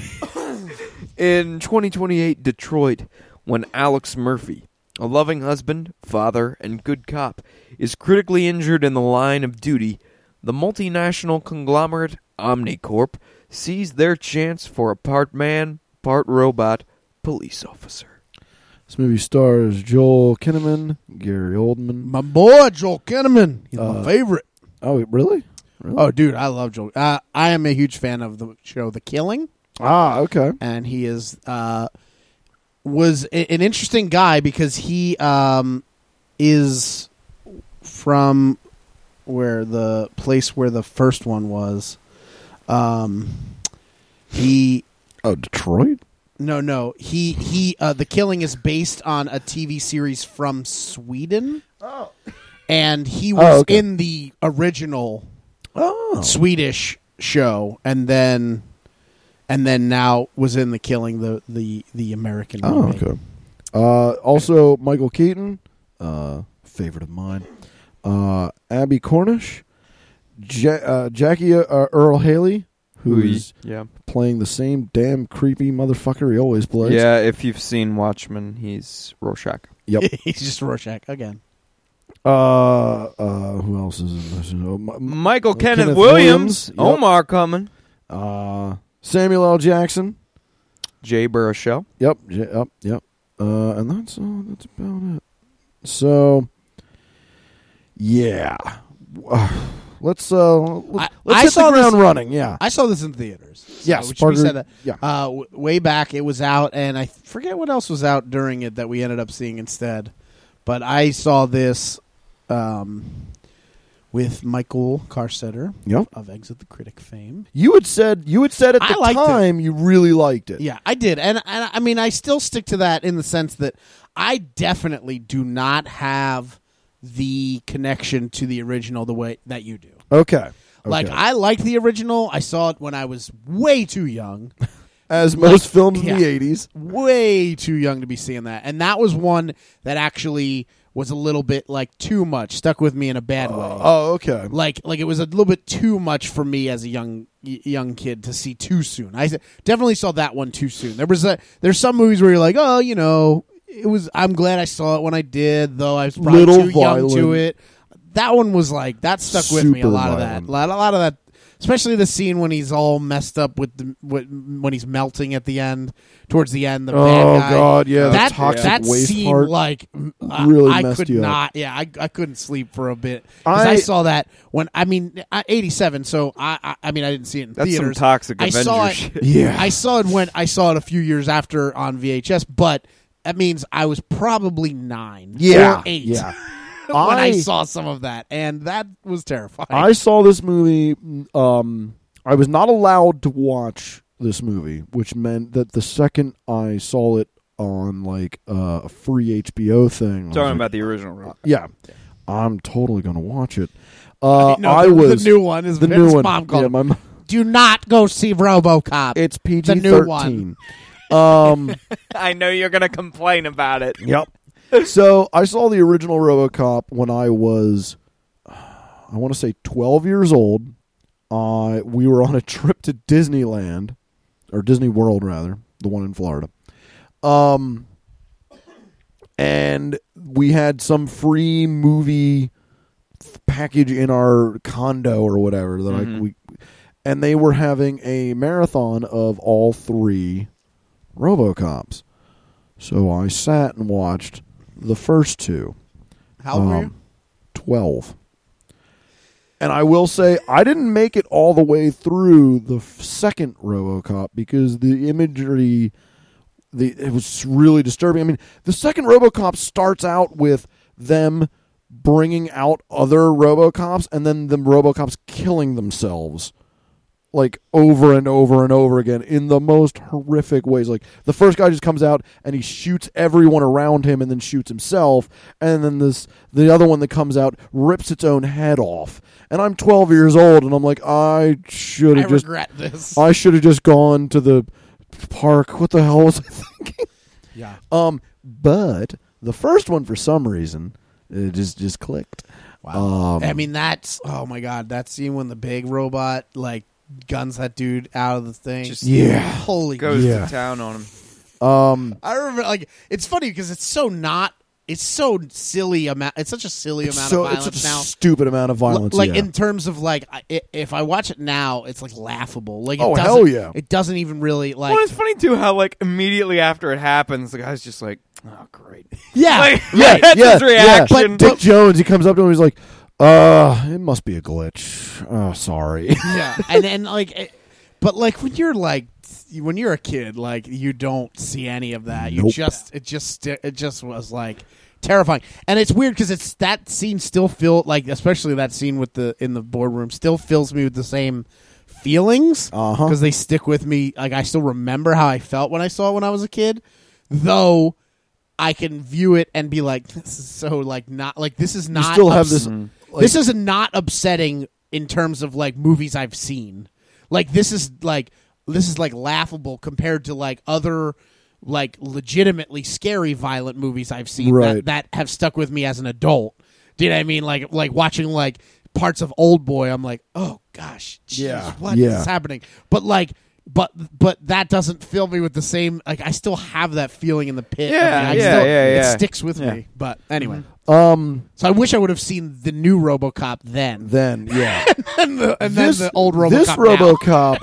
D: In 2028 Detroit, when Alex Murphy, a loving husband, father, and good cop, is critically injured in the line of duty, the multinational conglomerate Omnicorp sees their chance for a part man, part robot police officer.
A: This movie stars Joel Kinnaman, Gary Oldman.
C: My boy Joel Kinnaman, he's
A: Uh,
C: my favorite.
A: Oh, wait, really?
C: Oh, dude, I love Joel. Uh, I am a huge fan of the show The Killing.
A: Ah, okay.
C: and he is uh, was a- an interesting guy because he um, is from where the place where the first one was. Um, he
A: Oh, Detroit.
C: no no he he uh, the killing is based on a TV series from Sweden. Oh, and he was
A: okay.
C: in the original
A: Oh,
C: Swedish show, and then and then now was in the killing the the the American.
A: Oh,
C: remake.
A: okay. Uh, also, Michael Keaton, uh, favorite of mine. Uh, Abby Cornish, ja- uh, Jackie uh, Earl Haley, who's
D: yeah.
A: playing the same damn creepy motherfucker he always plays.
D: Yeah, if you've seen Watchmen, he's Rorschach.
A: Yep.
C: <laughs> he's just Rorschach again.
A: uh, uh, who else is in this? Oh, my- my-
D: Michael Kenneth,
A: Kenneth Williams,
D: Williams,
A: yep.
D: Omar Cumming,
A: Uh, Samuel L. Jackson.
D: Jay Baruchel.
A: Yep. J- Yep. Yep. Uh, and that's all. That's about it. So, yeah. <sighs> Uh, Let's uh,
C: I-
A: let's,
C: I
A: let's hit the
C: saw
A: ground
C: this-
A: running. Yeah.
C: I saw this in theaters. So
A: Yes,
C: we should
A: Parker-
C: be said that.
A: yeah.
C: Uh, w- way back it was out, and I forget what else was out during it that we ended up seeing instead. But I saw this um, with Michael Carsetter
A: Yep.
C: of Exit the Critic fame.
A: You had said you had said at
C: I
A: the
C: liked it.
A: time you really liked it.
C: Yeah, I did, and, and I mean, I still stick to that in the sense that I definitely do not have the connection to the original the way that you do.
A: Okay. okay.
C: Like, I liked the original. I saw it when I was way too young,
A: as most films in
C: yeah.
A: the '80s.
C: way too young to be seeing that, and that was one that actually was a little bit like too much, stuck with me in a bad way.
A: Oh, okay.
C: like like it was a little bit too much for me as a young y- young kid to see too soon. I s- definitely saw that one too soon. There was a there's some movies where you're like, oh, you know, it was. I'm glad I saw it when I did, though I was probably
A: Little
C: too young to
A: violent.
C: it. That one was like that stuck with me a
A: Super
C: lot of
A: violent.
C: that. A lot, a lot of that. Especially the scene when he's all messed up with the, with- when he's melting at the end, towards the end. The
A: Oh,
C: bad guy.
A: God, yeah, the
C: that
A: toxic
C: that
A: waste
C: scene
A: part
C: like mm, I,
A: really
C: I
A: messed
C: could
A: you up.
C: not. Yeah, I, I couldn't sleep for a bit 'Cause I,
A: I-
C: saw that when I mean I, eighty seven. So I, I I mean I didn't see it in
D: That's
C: theaters.
D: some toxic
C: I
D: Avenger
C: saw it.
D: shit.
A: Yeah.
C: I saw it when I saw it a few years after on VHS, but that means I was probably nine,
A: yeah.
C: or eight
A: Yeah.
C: <laughs> when I,
A: I-
C: saw some of that, and that was terrifying. <laughs>
A: I saw this movie. Um, I was not allowed to watch this movie, which meant that the second I saw it on like uh, a free HBO thing, I was
D: Talking
A: like,
D: about the original Rorschach.
A: yeah, I'm totally gonna watch it. Uh, I,
C: No, the,
A: was
C: the new one is
A: the
C: Vince's
A: new one.
C: Mom called
A: yeah,
C: him,
A: my mom-
C: Do not go see RoboCop.
A: it's PG
C: The new one.
A: thirteen. Um,
D: <laughs> I know you're gonna complain about it.
A: Yep. so I saw the original RoboCop when I was, I want to say, twelve years old. Uh, we were on a trip to Disneyland, or Disney World rather, the one in Florida. Um, and we had some free movie f- package in our condo or whatever that I
D: Mhm.
A: we, and they were having a marathon of all three RoboCops. So I sat and watched the first two.
C: How old were
A: Um,
C: you?
A: Twelve. And I will say I didn't make it all the way through the f- second RoboCop because the imagery, the it was really disturbing. I mean, the second RoboCop starts out with them bringing out other RoboCops and then the RoboCops killing themselves like over and over and over again in the most horrific ways. Like the first guy just comes out and he shoots everyone around him and then shoots himself, and then this the other one that comes out rips its own head off. And I'm 12 years old and I'm like I should
C: I
A: have just
C: regret this.
A: I should have just gone to the park. What the hell was I thinking?
C: yeah.
A: Um, but the first one for some reason it just just clicked.
C: Wow.
A: Um,
C: I mean, that's oh my god, that scene when the big robot like guns that dude out of the thing.
D: Just-
A: Yeah.
C: Holy.
D: Goes
A: Yeah.
D: to town on him.
A: Um,
C: I remember like it's funny because it's so not. It's so silly amount. It's such a silly amount
A: so
C: of
A: it's
C: violence
A: such a
C: now.
A: stupid amount of violence.
C: L- like
A: yeah.
C: in terms of like I, i- if I watch it now, it's like laughable. Like it
A: Oh,
C: doesn't,
A: hell yeah.
C: It doesn't even really like
D: well, it's funny too how like immediately after it happens, the guy's just like, "Oh, great."
C: yeah.
D: Like,
C: <laughs>
A: yeah,
D: that's
A: yeah,
D: his reaction.
A: Yeah. But Dick Jones, he comes up to him, he's like, "Uh, it must be a glitch. Oh, sorry." <laughs>
C: <laughs> yeah, and then like, it, but like when you're like when you're a kid, like you don't see any of that. You
A: Nope.
C: just it just it just was like terrifying, and it's weird because it's that scene still feel like especially that scene with the in the boardroom still fills me with the same feelings because
A: Uh-huh.
C: they stick with me. Like I still remember how I felt when I saw it when I was a kid, though. I can view it and be like, this is so like not like this is
A: you
C: not
A: still have
C: ups-
A: this. like-
C: Mm-hmm. this is not upsetting in terms of like movies I've seen. Like this is like this is like laughable compared to like other like legitimately scary violent movies I've seen
A: Right.
C: that, that have stuck with me as an adult. Do you know what I mean? Like like watching like parts of Old Boy, I'm like, oh gosh, geez,
A: Yeah.
C: what
A: Yeah.
C: is happening? But like but but that doesn't fill me with the same like I still have that feeling in the pit. of me.
D: Yeah,
C: I
D: yeah,
C: still-
D: yeah,
C: It
D: yeah.
C: sticks with
A: Yeah.
C: me. But anyway.
A: um,
C: So I wish I would have seen the new RoboCop then,
A: then yeah,
C: and, the, <laughs> and then the old RoboCop.
A: This
C: now. <laughs>
A: RoboCop,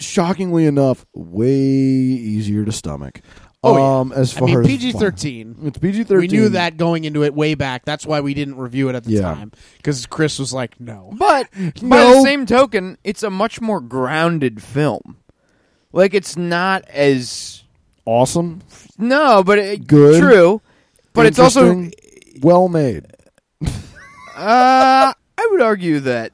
A: shockingly enough, way easier to stomach.
C: Oh, yeah.
A: um, as
C: I
A: far
C: mean
A: as
C: PG
A: violence.
C: thirteen.
A: It's PG thirteen.
C: We knew that going into it way back. That's why we didn't review it at the
A: Yeah.
C: time because Chris was like, "No,
D: <laughs>
A: <laughs>
D: But by
A: No.
D: the same token, it's a much more grounded film. Like it's not as
A: awesome,
D: no, but it,
A: Good.
D: true. But it's also
A: Interesting. well made.
D: uh, I would argue that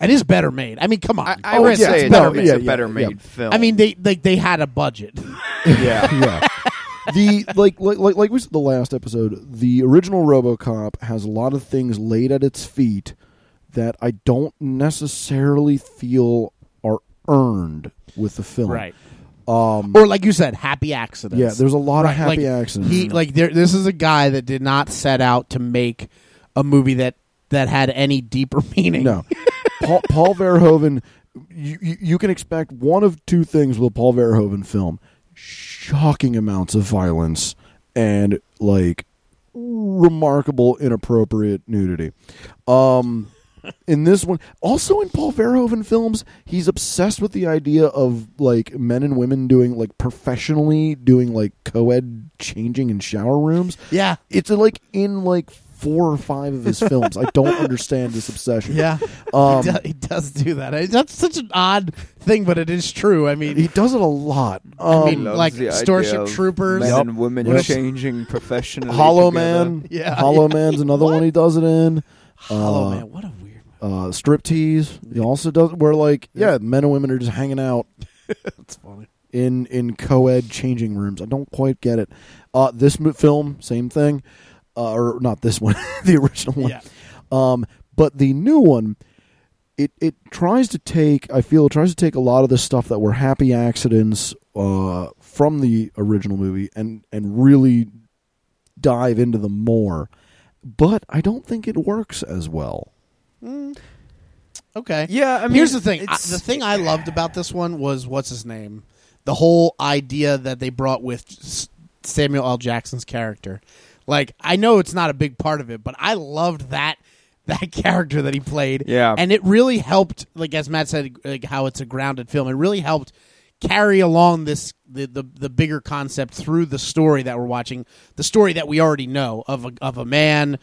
C: it is better made." I mean, come on.
D: I, I
A: Oh,
D: would
A: yeah,
D: say
A: it's
D: it's,
A: better
D: better,
A: made.
D: a
A: Yeah,
D: better
A: yeah,
D: made
A: yeah.
D: film.
C: I mean, they they they had a budget.
D: <laughs>
A: <laughs>
D: yeah,
A: yeah. The like, like like like we said the last episode, the original RoboCop has a lot of things laid at its feet that I don't necessarily feel are earned with the film. Um
C: Or like you said, happy accidents.
A: yeah, there's a lot of
C: Right,
A: happy
C: like,
A: accidents.
C: He like there. This is a guy that did not set out to make a movie that that had any deeper <laughs> meaning.
A: No. Paul, Paul Verhoeven, you, you, you can expect one of two things with a Paul Verhoeven film shocking amounts of violence and, like, remarkable inappropriate nudity. Um, in this one, also in Paul Verhoeven films, he's obsessed with the idea of, like, men and women doing, like, professionally doing, like, co ed changing in shower rooms
C: Yeah.
A: it's uh, like in like four or five of his films. I don't understand this obsession.
C: Yeah,
A: Um,
C: <laughs> he, do- he does do that. I- That's such an odd thing, but it is true. I mean,
A: he does it a lot.
C: I
A: Um,
C: mean,
D: Loves
C: like
D: the
C: Starship
D: idea of
C: Troopers.
D: men
A: Yep.
D: and women
A: Yep.
D: changing professionally.
A: Hollow
D: together.
A: Man.
C: <laughs> Yeah.
A: Hollow Man's another one he does it in.
C: Hollow
A: uh,
C: Oh, Man, what a weird.
A: Uh, striptease. He also does where like yeah, men and women are just hanging out
C: <laughs> That's funny.
A: in in co-ed changing rooms. I don't quite get it. Uh, this mo- film, same thing, <laughs> uh, or not this one, the original one.
C: Yeah.
A: Um, but the new one it it tries to take I feel it tries to take a lot of the stuff that were happy accidents uh, from the original movie and and really dive into them more, but I don't think it works as well.
C: Okay.
D: Yeah, I mean,
C: here's the thing. I-
D: it's-
C: the thing I loved about this one was what's his name, the whole idea that they brought with S- Samuel L. Jackson's character. Like, I know it's not a big part of it, but I loved that <laughs> that character that he played.
D: Yeah.
C: and it really helped. Like as Matt said, like how it's a grounded film. It really helped carry along this the, the the bigger concept through the story that we're watching, the story that we already know of a, of a man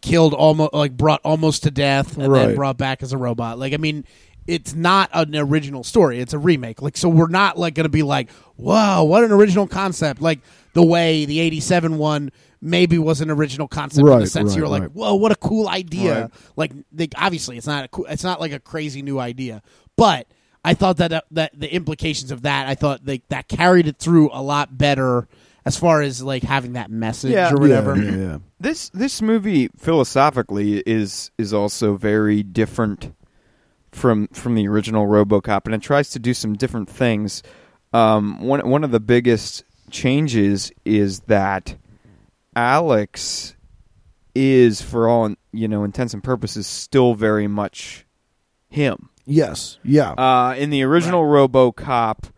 C: killed almost like brought almost to death and
A: Right.
C: then brought back as a robot. Like I mean, it's not an original story; it's a remake. Like so, we're not like going to be like, "Wow, what an original concept!" Like the way the '87 one maybe was an original concept in the
A: Right,
C: sense
A: right,
C: you're like,
A: right.
C: "Whoa, what a cool idea!"
D: Right.
C: Like they, obviously, it's not a cool, it's not like a crazy new idea, but. I thought that uh, that the implications of that, I thought like that carried it through a lot better as far as like having that message
D: Yeah.
C: or whatever.
A: Yeah, yeah, yeah.
D: This this movie philosophically is is also very different from from the original RoboCop, and it tries to do some different things. Um, one one of the biggest changes is that Alex is, for all you know, intents and purposes, still very much him.
A: Yes, yeah,
D: Uh, in the original RoboCop,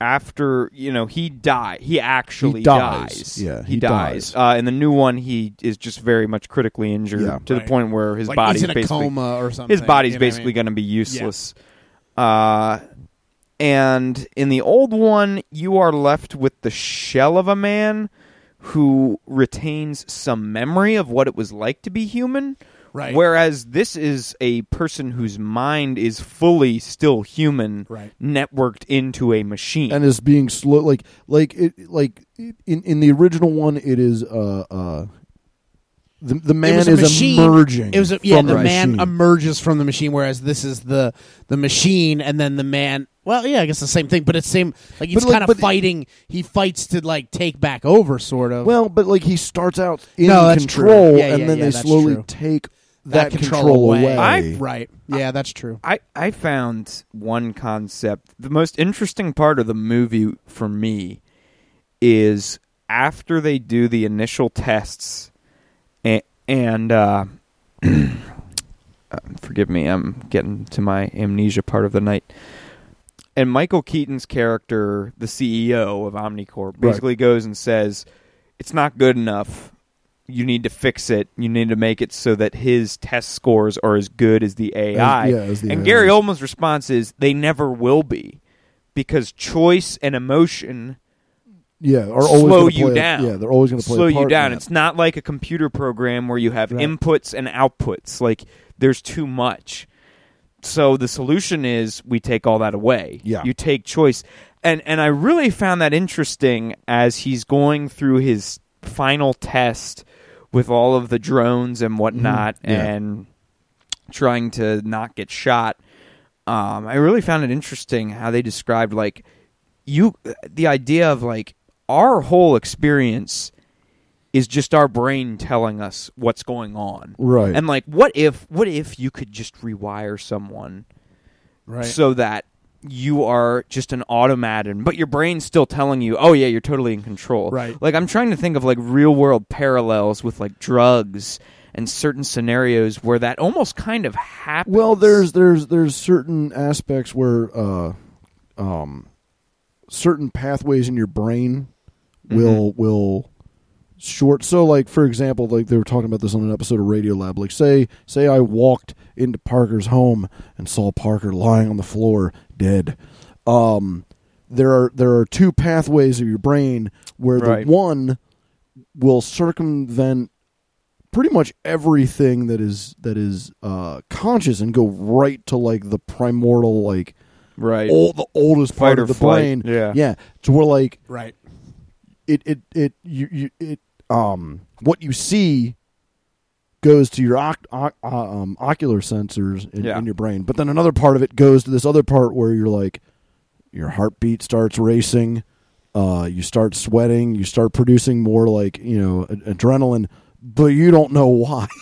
D: after you know he die, he actually
A: dies. Yeah,
D: he,
A: he
D: dies.
A: dies.
D: Uh, in the new one, he is just very much critically injured
A: Yeah.
D: to the
C: Right.
D: point where his
C: Like,
D: body's
C: he's in a
D: basically
C: coma or something.
D: his body's
C: you know what I
D: basically
C: mean?
D: going to be useless. Uh, and in the old one, you are left with the shell of a man who retains some memory of what it was like to be human.
C: Right.
D: Whereas this is a person whose mind is fully still human,
C: Right.
D: networked into a machine.
A: and is being slow like like it like it- in in the original one it is uh uh the the man
C: was a
A: is
C: machine.
A: emerging.
C: It was a, yeah,
A: from
C: the man
A: machine.
C: emerges from the machine, whereas this is the the machine, and then the man. Well, yeah, I guess the same thing, but it's same. Like he's
A: But, like,
C: kind
A: but-
C: of fighting. he fights to like take back over, sort of.
A: Well, but like he starts out in
C: No, that's
A: control,
C: true. Yeah,
A: and
C: yeah,
A: then
C: yeah,
A: they
C: that's
A: slowly
C: true.
A: take that,
C: That
A: control,
C: control
A: away.
C: away. right. Yeah, that's true.
D: I, I found one concept. The most interesting part of the movie for me is after they do the initial tests, and, and uh, <clears throat> uh, forgive me, I'm getting to my amnesia part of the night. And Michael Keaton's character, the CEO of Omnicorp, basically goes and says, It's not good enough. You need to fix it. You need to make it so that his test scores are as good as the AI.
A: yeah, as the
D: and
A: AI.
D: Gary Oldman's response is, They never will be because choice and emotion
A: yeah, are always
D: slow
A: gonna
D: you
A: play a-
D: down.
A: yeah, they're always going to play a
D: slow
A: part
D: you
A: in
D: down.
A: that.
D: It's not like a computer program where you have
A: Right.
D: inputs and outputs. Like there's too much. So the solution is we take all that away.
A: Yeah.
D: You take choice. And and I really found that interesting as he's going through his final test with all of the drones and whatnot
A: Mm-hmm. Yeah.
D: and trying to not get shot. Um, I really found it interesting how they described like you the idea of like our whole experience is just our brain telling us what's going on.
A: right.
D: And like what if what if you could just rewire someone
C: Right.
D: so that you are just an automaton, but your brain's still telling you, "Oh yeah, you're totally in control."
C: Right.
D: Like I'm trying to think of like real world parallels with like drugs and certain scenarios where that almost kind of happens.
A: well, there's there's there's certain aspects where uh, um, certain pathways in your brain will will short. So, like for example, like they were talking about this on an episode of Radio Lab. Like, say say I walked into Parker's home and saw Parker lying on the floor dead. Um, there are there are two pathways of your brain where
D: Right.
A: the one will circumvent pretty much everything that is that is uh conscious and go right to like the primordial like
D: right.
A: all the oldest part
D: Fight or
A: of the brain
D: flight, yeah.
A: yeah to where like
C: right.
A: it it it you, you it um what you see goes to your oc- oc- uh, um, ocular sensors in,
D: Yeah.
A: in your brain but then another part of it goes to this other part where you're like your heartbeat starts racing uh you start sweating you start producing more like you know ad- adrenaline but you don't know why <laughs>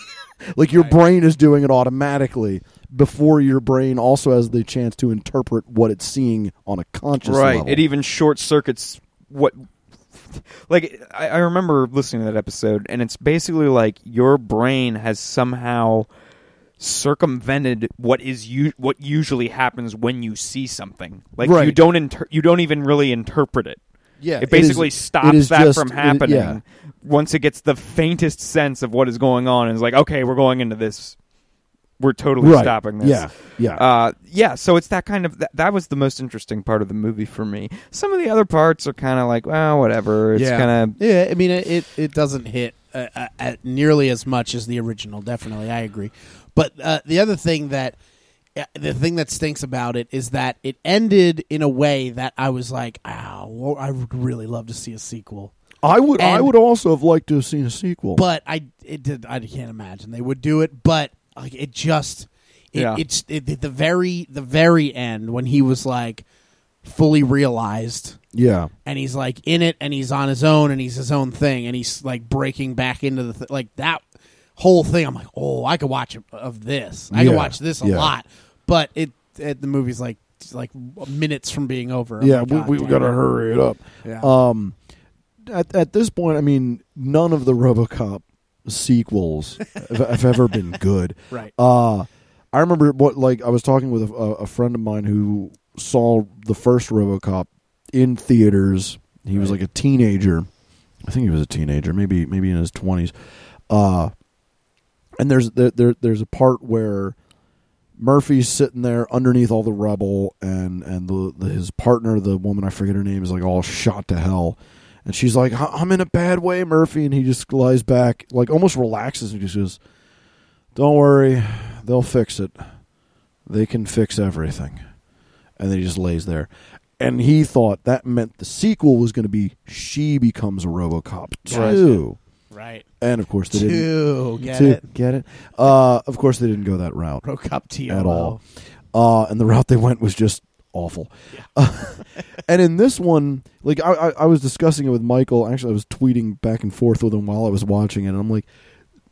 A: Like your brain is doing it automatically before your brain also has the chance to interpret what it's seeing on a conscious
D: right.
A: level.
D: It even short circuits what. Like I, I remember listening to that episode, and it's basically like your brain has somehow circumvented what is u- what usually happens when you see something. Like you
A: Right.
D: don't inter- you don't even really interpret it.
A: yeah,
D: It basically
A: is-
D: stops
A: it is
D: that
A: just-
D: from
A: it-
D: happening.
A: yeah.
D: Once it gets the faintest sense of what is going on, and it's like, okay, we're going into this. We're totally
A: Right.
D: stopping this.
A: Yeah, yeah.
D: Uh, yeah, so it's that kind of that, that was the most interesting part of the movie for me. Some of the other parts are kind of like, well, whatever. It's
C: yeah.
D: kind of
C: yeah. I mean, it it, it doesn't hit uh, uh, uh, nearly as much as the original. Definitely, I agree. But uh, the other thing that uh, the thing that stinks about it is that it ended in a way that I was like, "Ah, well, I would really love to see a sequel."
A: I would. I
C: and-
A: would also have liked to have seen a sequel.
C: But I it did. I can't imagine they would do it. But like, it just it,
D: Yeah.
C: it's it, the very the very end when he was like fully realized
A: yeah,
C: and he's like in it and he's on his own and he's his own thing and he's like breaking back into the th- like that whole thing i'm like oh i could watch a- of this i
A: Yeah,
C: could watch this a
A: yeah.
C: lot but it, it the movie's like it's, like minutes from being over I'm
A: yeah.
C: like,
A: We,
C: "God
A: we've
C: damn
A: got to
C: it."
A: hurry it up.
C: yeah.
A: Um, at at this point, I mean, none of the RoboCop
D: <laughs>
A: sequels have, have ever been good.
C: right
A: Uh, I remember what like I was talking with a, a friend of mine who saw the first RoboCop in theaters. He was like a teenager. I think he was a teenager, maybe maybe in his twenties. Uh, and there's there, there there's a part where Murphy's sitting there underneath all the rubble, and and the, the his partner, the woman I forget her name, is like all shot to hell, and she's like, "I- "I'm in a bad way, Murphy," and he just lies back, like almost relaxes, and just goes, "Don't worry, they'll fix it. They can fix everything," and then he just lays there. And he thought that meant the sequel was going to be she becomes a RoboCop
C: Right.
A: too,
C: right
A: and of course they didn't.
C: two get
A: Two.
C: it
A: Get it? Uh, of course, they didn't go that route
C: broke up to
A: at all. Uh, and the <laughs> route they went was just awful. <laughs> and in this one, like I, I, I was discussing it with Michael. Actually, I was tweeting back and forth with him while I was watching it, and I'm like,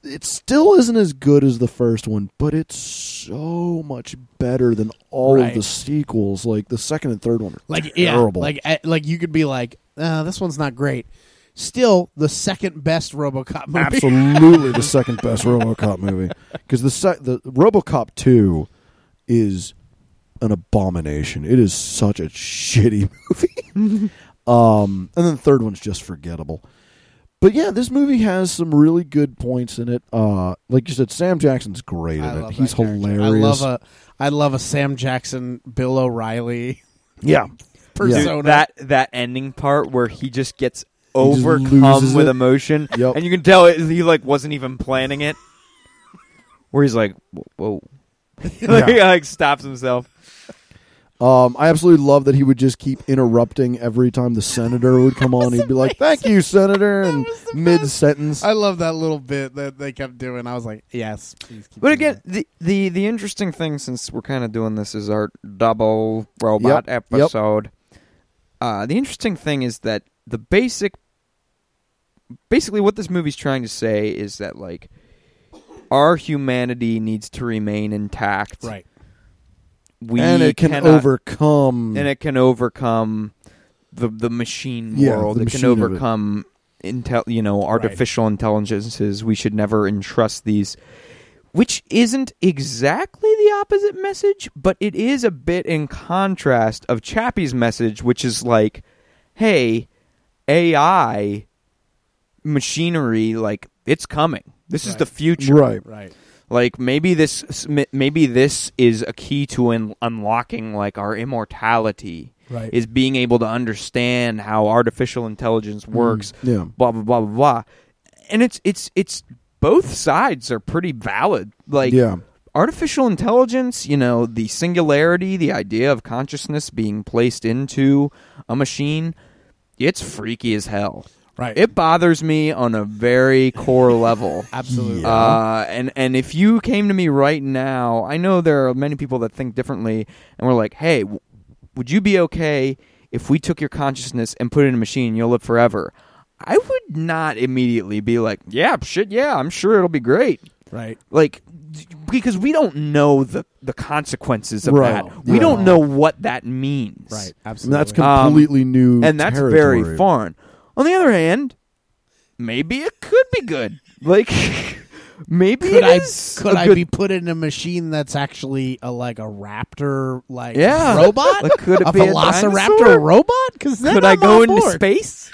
A: it still isn't as good as the first one, but it's so much better than all of
C: Right.
A: the sequels. Like the second and third one are
C: like
A: terrible.
C: yeah like I- like you could be like uh, this one's not great still the second best robocop movie
A: absolutely the second best RoboCop movie because the sec- the RoboCop two is an abomination. It is such a shitty <laughs> movie. um, and then the third one's just forgettable. But yeah, this movie has some really good points in it. Uh, like you said, Sam Jackson's great
C: I
A: in it.
C: love
A: He's
C: that character.
A: hilarious.
C: I love uh, a I love a Sam Jackson, Bill O'Reilly <laughs>
A: yeah,
D: dude,
C: persona.
D: that that ending part where he just gets
A: just
D: overcome
A: loses
D: with
A: it.
D: emotion,
A: Yep.
D: and you can tell it, he like wasn't even planning it. Where he's like, whoa, <laughs> like, he, like stops himself.
A: Um, I absolutely love that he would just keep interrupting every time the senator would come on. He'd be
C: <laughs>
A: like, "Thank you, senator," and mid sentence.
C: I love that little bit that they kept doing. I was like, yes, please keep
D: But
C: doing
D: again, the, the the interesting thing since we're kind of doing this is our double robot
A: Yep, yep.
D: episode. Uh, the interesting thing is that the basic, basically, what this movie's trying to say is that like our humanity needs to remain intact.
C: that. right.
D: We
A: and it can
D: cannot-
A: overcome.
D: and it can overcome the the machine
A: Yeah,
D: world.
A: the
D: it
A: machine
D: can
A: of it.
D: overcome intel, you know, artificial intelligences. We should never entrust these. Which isn't exactly the opposite message, but it is a bit in contrast of Chappie's message, which is like, "Hey, AI machinery, like it's coming. This is
C: Right.
D: the future
A: right.
C: Right.
D: like maybe this maybe this is a key to un- unlocking like our immortality
C: Right.
D: is being able to understand how artificial intelligence works
A: Yeah.
D: blah blah blah blah blah and it's it's it's both sides are pretty valid like
A: Yeah.
D: artificial intelligence you know the singularity the idea of consciousness being placed into a machine it's freaky as hell
C: Right.
D: it bothers me on a very core level
C: Absolutely.
D: uh, and and if you came to me right now, I know there are many people that think differently, and we're like, hey, w- would you be okay if we took your consciousness and put it in a machine, and you'll live forever? I would not immediately be like, yeah, shit, yeah, I'm sure it'll be great.
C: Right.
D: like d- because we don't know the the consequences of
A: Right.
D: that. We
C: Yeah.
D: don't know what that means.
C: Right.
A: And
C: Absolutely.
A: that's completely new,
D: Um, And that's very
A: territory.
D: foreign. On the other hand, maybe it could be good. Like <laughs> maybe
C: could
D: it
C: I
D: is
C: could
D: a
C: I
D: good-
C: be put in a machine that's actually a, like a raptor like
D: Yeah.
C: robot?
D: Like, could it
C: a
D: be a
C: velociraptor
D: dinosaur?
C: robot? Because then
D: could
C: I'm
D: I go
C: on
D: into
C: board.
D: space?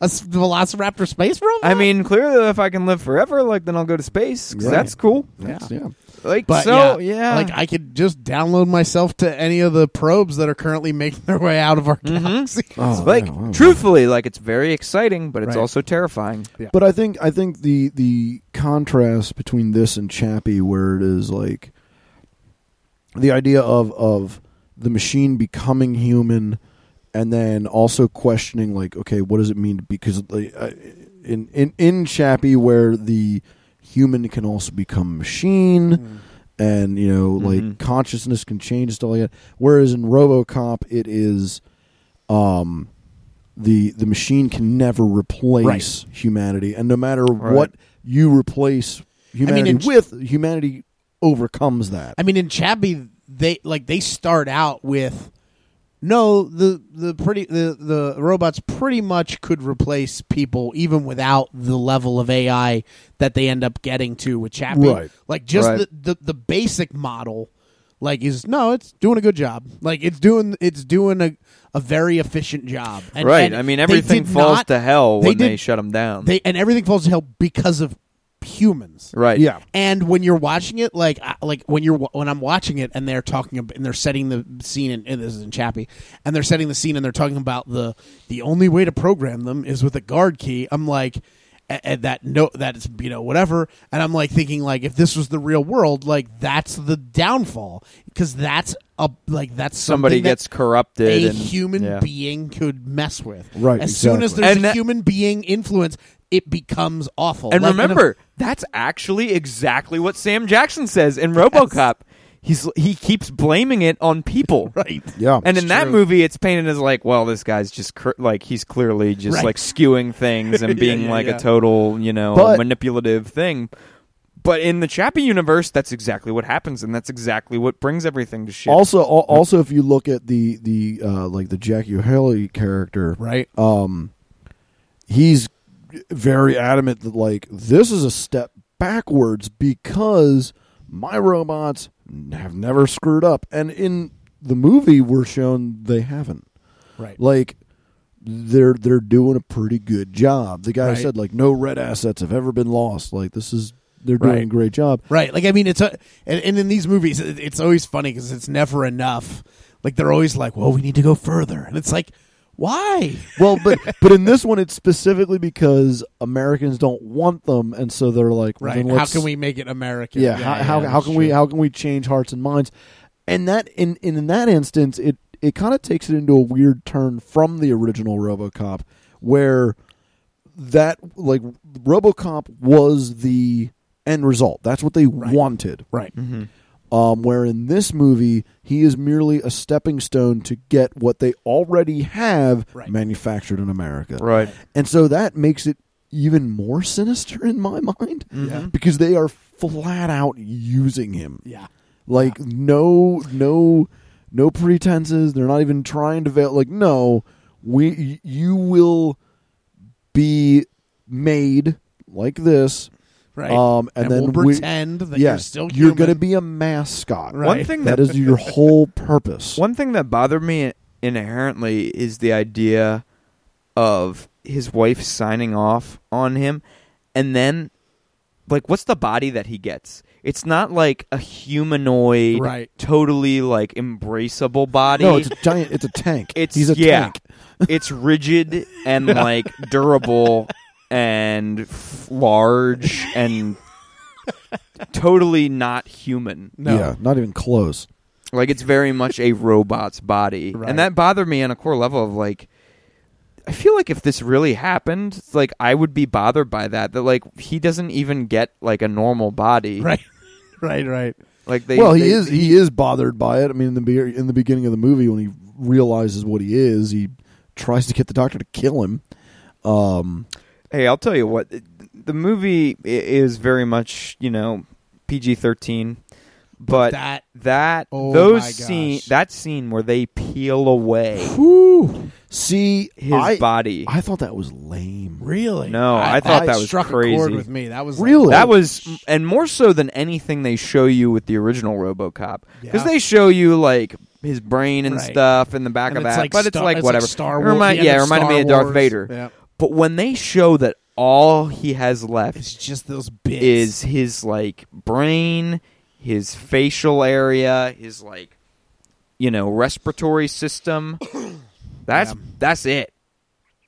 C: A s- velociraptor space robot?
D: I mean, clearly, if I can live forever, like then I'll go to space. 'cause
A: Right.
D: That's cool.
A: That's-
C: Yeah.
A: yeah.
D: Like
C: But
D: so,
C: yeah,
D: yeah.
C: like I could just download myself to any of the probes that are currently making their way out of our galaxy.
A: Oh,
D: Mm-hmm. like
A: yeah, wow.
D: truthfully, like it's very exciting, but it's
C: Right.
D: also terrifying.
A: But I think I think the the contrast between this and Chappie, where it is like the idea of of the machine becoming human, and then also questioning like, okay, what does it mean? Because like, I- in in in Chappie, where the human can also become machine.
C: Mm-hmm.
A: And you know, like
D: Mhm.
A: consciousness can change and stuff like that. Whereas in RoboCop, it is, um, the the machine can never replace
C: Right.
A: humanity, and no matter
D: Right.
A: what you replace humanity
C: in ch-
A: with, humanity overcomes that.
C: I mean, in Chappie, they like they start out with no the the pretty the the robots pretty much could replace people even without the level of AI that they end up getting to with Chappie.
A: Right.
C: Like just
D: Right.
C: the, the the basic model, like is no, it's doing a good job. Like it's doing it's doing a a very efficient job. And-
D: right.
C: and
D: I mean,
C: they
D: everything
C: did
D: falls
C: not-
D: to hell
C: they
D: when they
C: did-
D: shut them down.
C: They and everything falls to hell because of humans.
D: right.
A: yeah,
C: And when you're watching it, like I- like when you're wa- when I'm watching it, and they're talking ab- and they're setting the scene, and, and this is in Chappie, and they're setting the scene, and they're talking about the the only way to program them is with a guard key. I'm like, a- and that no, that's you know whatever, and I'm like thinking like if this was the real world, like that's the downfall because that's a like that's
D: Somebody
C: something that
D: gets corrupted.
C: a
D: and,
C: human
D: yeah.
C: being could mess with.
A: Right,
C: as soon as
A: exactly.
C: there's
D: And
C: a
D: that-
C: human being influence, it becomes awful.
D: And
C: Like, in a-
D: remember, that's actually exactly what Sam Jackson says in RoboCop. He's he keeps blaming it on people.
C: <laughs> right. Oh,
A: yeah.
D: And in that movie, it's painted as like, well, this guy's just cr- like he's clearly just
C: Right.
D: like skewing things and being
C: <laughs> yeah,
D: like
C: yeah.
D: a total, you know,
A: But-
D: manipulative thing. But in the Chappie universe, that's exactly what happens, and that's exactly what brings everything to shit.
A: also, al- also, if you look at the the uh, like the Jackie O'Haley character,
C: Right.
A: um, he's very adamant that like this is a step backwards because my robots have never screwed up, and in the movie, we're shown they haven't.
C: Right.
A: like they're they're doing a pretty good job. The guy
C: Right.
A: said like no red assets have ever been lost. Like this is they're doing a
C: Right.
A: great job.
C: Right. Like I mean, it's a and, and in these movies, it, it's always funny because it's never enough. Like they're always like, "Well, we need to go further," and it's like, "Why?"
A: Well, but but in this one it's specifically because Americans don't want them and so they're like well,
C: Right.
A: then
C: How
A: let's-
C: can we make it American?
A: Yeah, how how, how can we how can we change hearts and minds? And that in in, in that instance it it kind of takes it into a weird turn from the original RoboCop where that like RoboCop was the end result. That's what they wanted.
C: Right.
A: um, where in this movie he is merely a stepping stone to get what they already have
C: Right.
A: manufactured in America.
D: right?
A: And so that makes it even more sinister in my mind
C: Mm-hmm.
D: Mhm.
A: because they are flat out using him.
C: Yeah.
A: Like no no no pretenses. They're not even trying to veil like no, we y- you will be made like this
C: Right.
A: um and, then
C: we'll
A: we-
C: pretend that
A: yeah,
C: you're still
A: you're
C: going
A: going to be a mascot.
C: Right.
D: One thing
A: that
D: that
A: is your whole purpose.
D: One thing that bothered me inherently is the idea of his wife signing off on him and then like what's the body that he gets? It's not like a humanoid
C: Right.
D: totally like embraceable body.
A: No, it's a giant. It's a tank.
D: It's-
A: he's a
D: yeah.
A: tank.
D: <laughs> it's rigid
A: <laughs>
D: and like durable and f- large
A: <laughs>
D: and totally not human.
C: No.
A: Yeah, not even close.
D: Like it's very much a robot's body,
C: Right.
D: and that bothered me on a core level. Of like, I feel like if this really happened, it's like I would be bothered by that. That like he doesn't even get like a normal
C: <laughs>
D: body.
C: right. <laughs> right. Right.
D: Like they.
A: well, he
D: they-
A: is. He is bothered by it. I mean, in the be- in the beginning of the movie, when he realizes what he is, he tries to get the doctor to kill him. Um,
D: Hey, I'll tell you what. the movie i- is very much you know PG thirteen, but that,
C: that. Oh
D: those
C: my gosh.
D: scene that scene where they peel away
C: <sighs> Whew,
A: See,
D: his
A: I,
D: body.
A: I thought that was lame.
C: really?
D: No, I thought that was
C: struck a chord
D: crazy.
C: with me. That was
A: Really?
D: that was, and more so than anything they show you with the original RoboCop, because
C: Yeah.
D: they show you like his brain and
C: Right.
D: stuff in the back
C: And
D: of
C: it's
D: that,
C: like
D: but it's
C: Star-
D: like
C: it's like
D: whatever.
C: Star
D: It
C: Wars-
D: remind-
C: the end
D: yeah,
C: of
D: it reminded
C: Star
D: me of Darth
C: Wars.
D: Vader.
C: Yeah.
D: But when they show that all he has left
C: It's just those bits.
D: is his like brain, his facial area, his like you know
C: <coughs>
D: respiratory system. That's
C: Yeah.
D: that's it.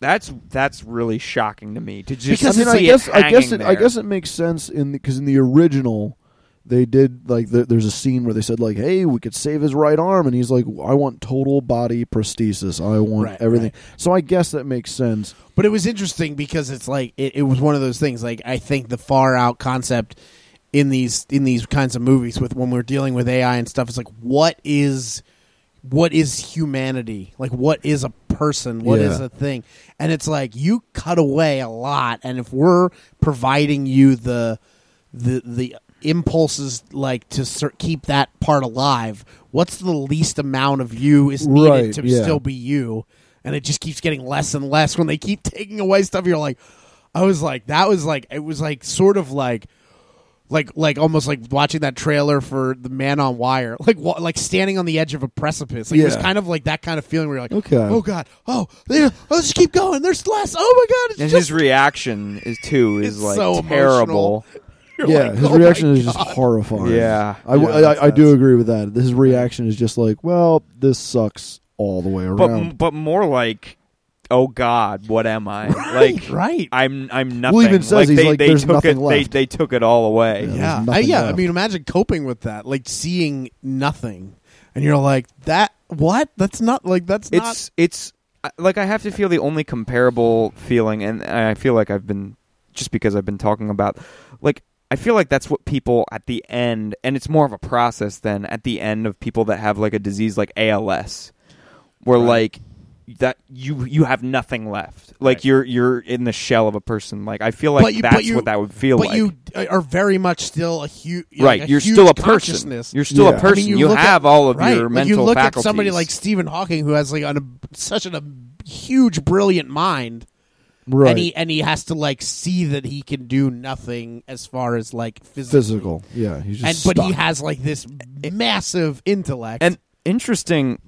D: That's that's really shocking to me to just
A: I mean,
D: see
A: I guess,
D: it
A: I guess,
D: hanging
A: it, I
D: there.
A: guess it makes sense in because in the original, they did like the, there's a scene where they said like, "Hey, we could save his right arm," and he's like, "I want total body prosthesis. I want
C: Right,
A: everything." So I guess that makes sense.
C: But it was interesting because it's like it, it was one of those things. Like I think the far out concept in these in these kinds of movies with when we're dealing with AI and stuff is like what is what is humanity? Like what is a person? What is
A: Yeah.
C: a thing? And it's like you cut away a lot and if we're providing you the the the impulses like to cer- keep that part alive, what's the least amount of you is needed
A: Right,
C: to
A: yeah.
C: still be you and it just keeps getting less and less when they keep <laughs> taking away stuff you're like i was like that was like it was like sort of like like like almost like watching that trailer for the man on wire <laughs> like wa- like standing on the edge of a precipice like it was
A: Yeah.
C: kind of like that kind of feeling where you're like
A: Okay.
C: oh god oh they oh, let's just keep going there's less oh my god it's
D: and
C: just
D: his reaction is too is
C: It's
D: like
C: so
D: terrible.
C: <laughs> you're
A: yeah,
C: like,
A: his
C: "Oh my
A: reaction is
C: God."
A: just horrifying.
D: Yeah.
A: I, w-
C: Yeah,
A: I-
C: that's-
A: I do
C: that's-
A: agree with that. His reaction is just like, "Well, this sucks all the way
D: But
A: around."
D: but more like, oh God, what am I?
C: Right, <laughs>
D: like
C: right
D: I'm I'm nothing.
A: Well, even says
D: like,
A: he's
D: they,
A: like,
D: they
A: "There's
D: took
A: nothing
D: it
A: left."
D: they they took it all away.
A: Yeah.
C: yeah,
A: there's
C: I,
A: nothing
C: yeah. I
A: left.
C: mean, imagine coping with that, like seeing nothing, and you're like, "That what? That's not like that's
D: it's it's I- like I have to feel the only comparable feeling, and I feel like I've been just because I've been talking about like I feel like that's what people at the end, and it's more of a process than at the end of people that have like a disease like ALS, where like that you you have nothing left, like
C: Right.
D: you're you're in the shell of a person. Like I feel like
C: But you- but
D: that's
C: you-
D: what that would feel
C: but
D: like.
C: you uh, are very much still a huge
D: right, you're still a person. You're still
A: Yeah.
D: a
A: I mean,
D: person.
C: you
D: you
C: look at-
D: have all of
C: right.
D: your
C: like,
D: mental
C: you look
D: faculties.
C: at somebody like Stephen Hawking who has like an, a, such an, a huge, brilliant mind,
A: right,
C: and he and he has to like see that he can do nothing as far as like physically.
A: physical. Yeah, he's
C: and
A: just
C: but he
A: stuck.
C: has like this massive intellect.
D: And interesting.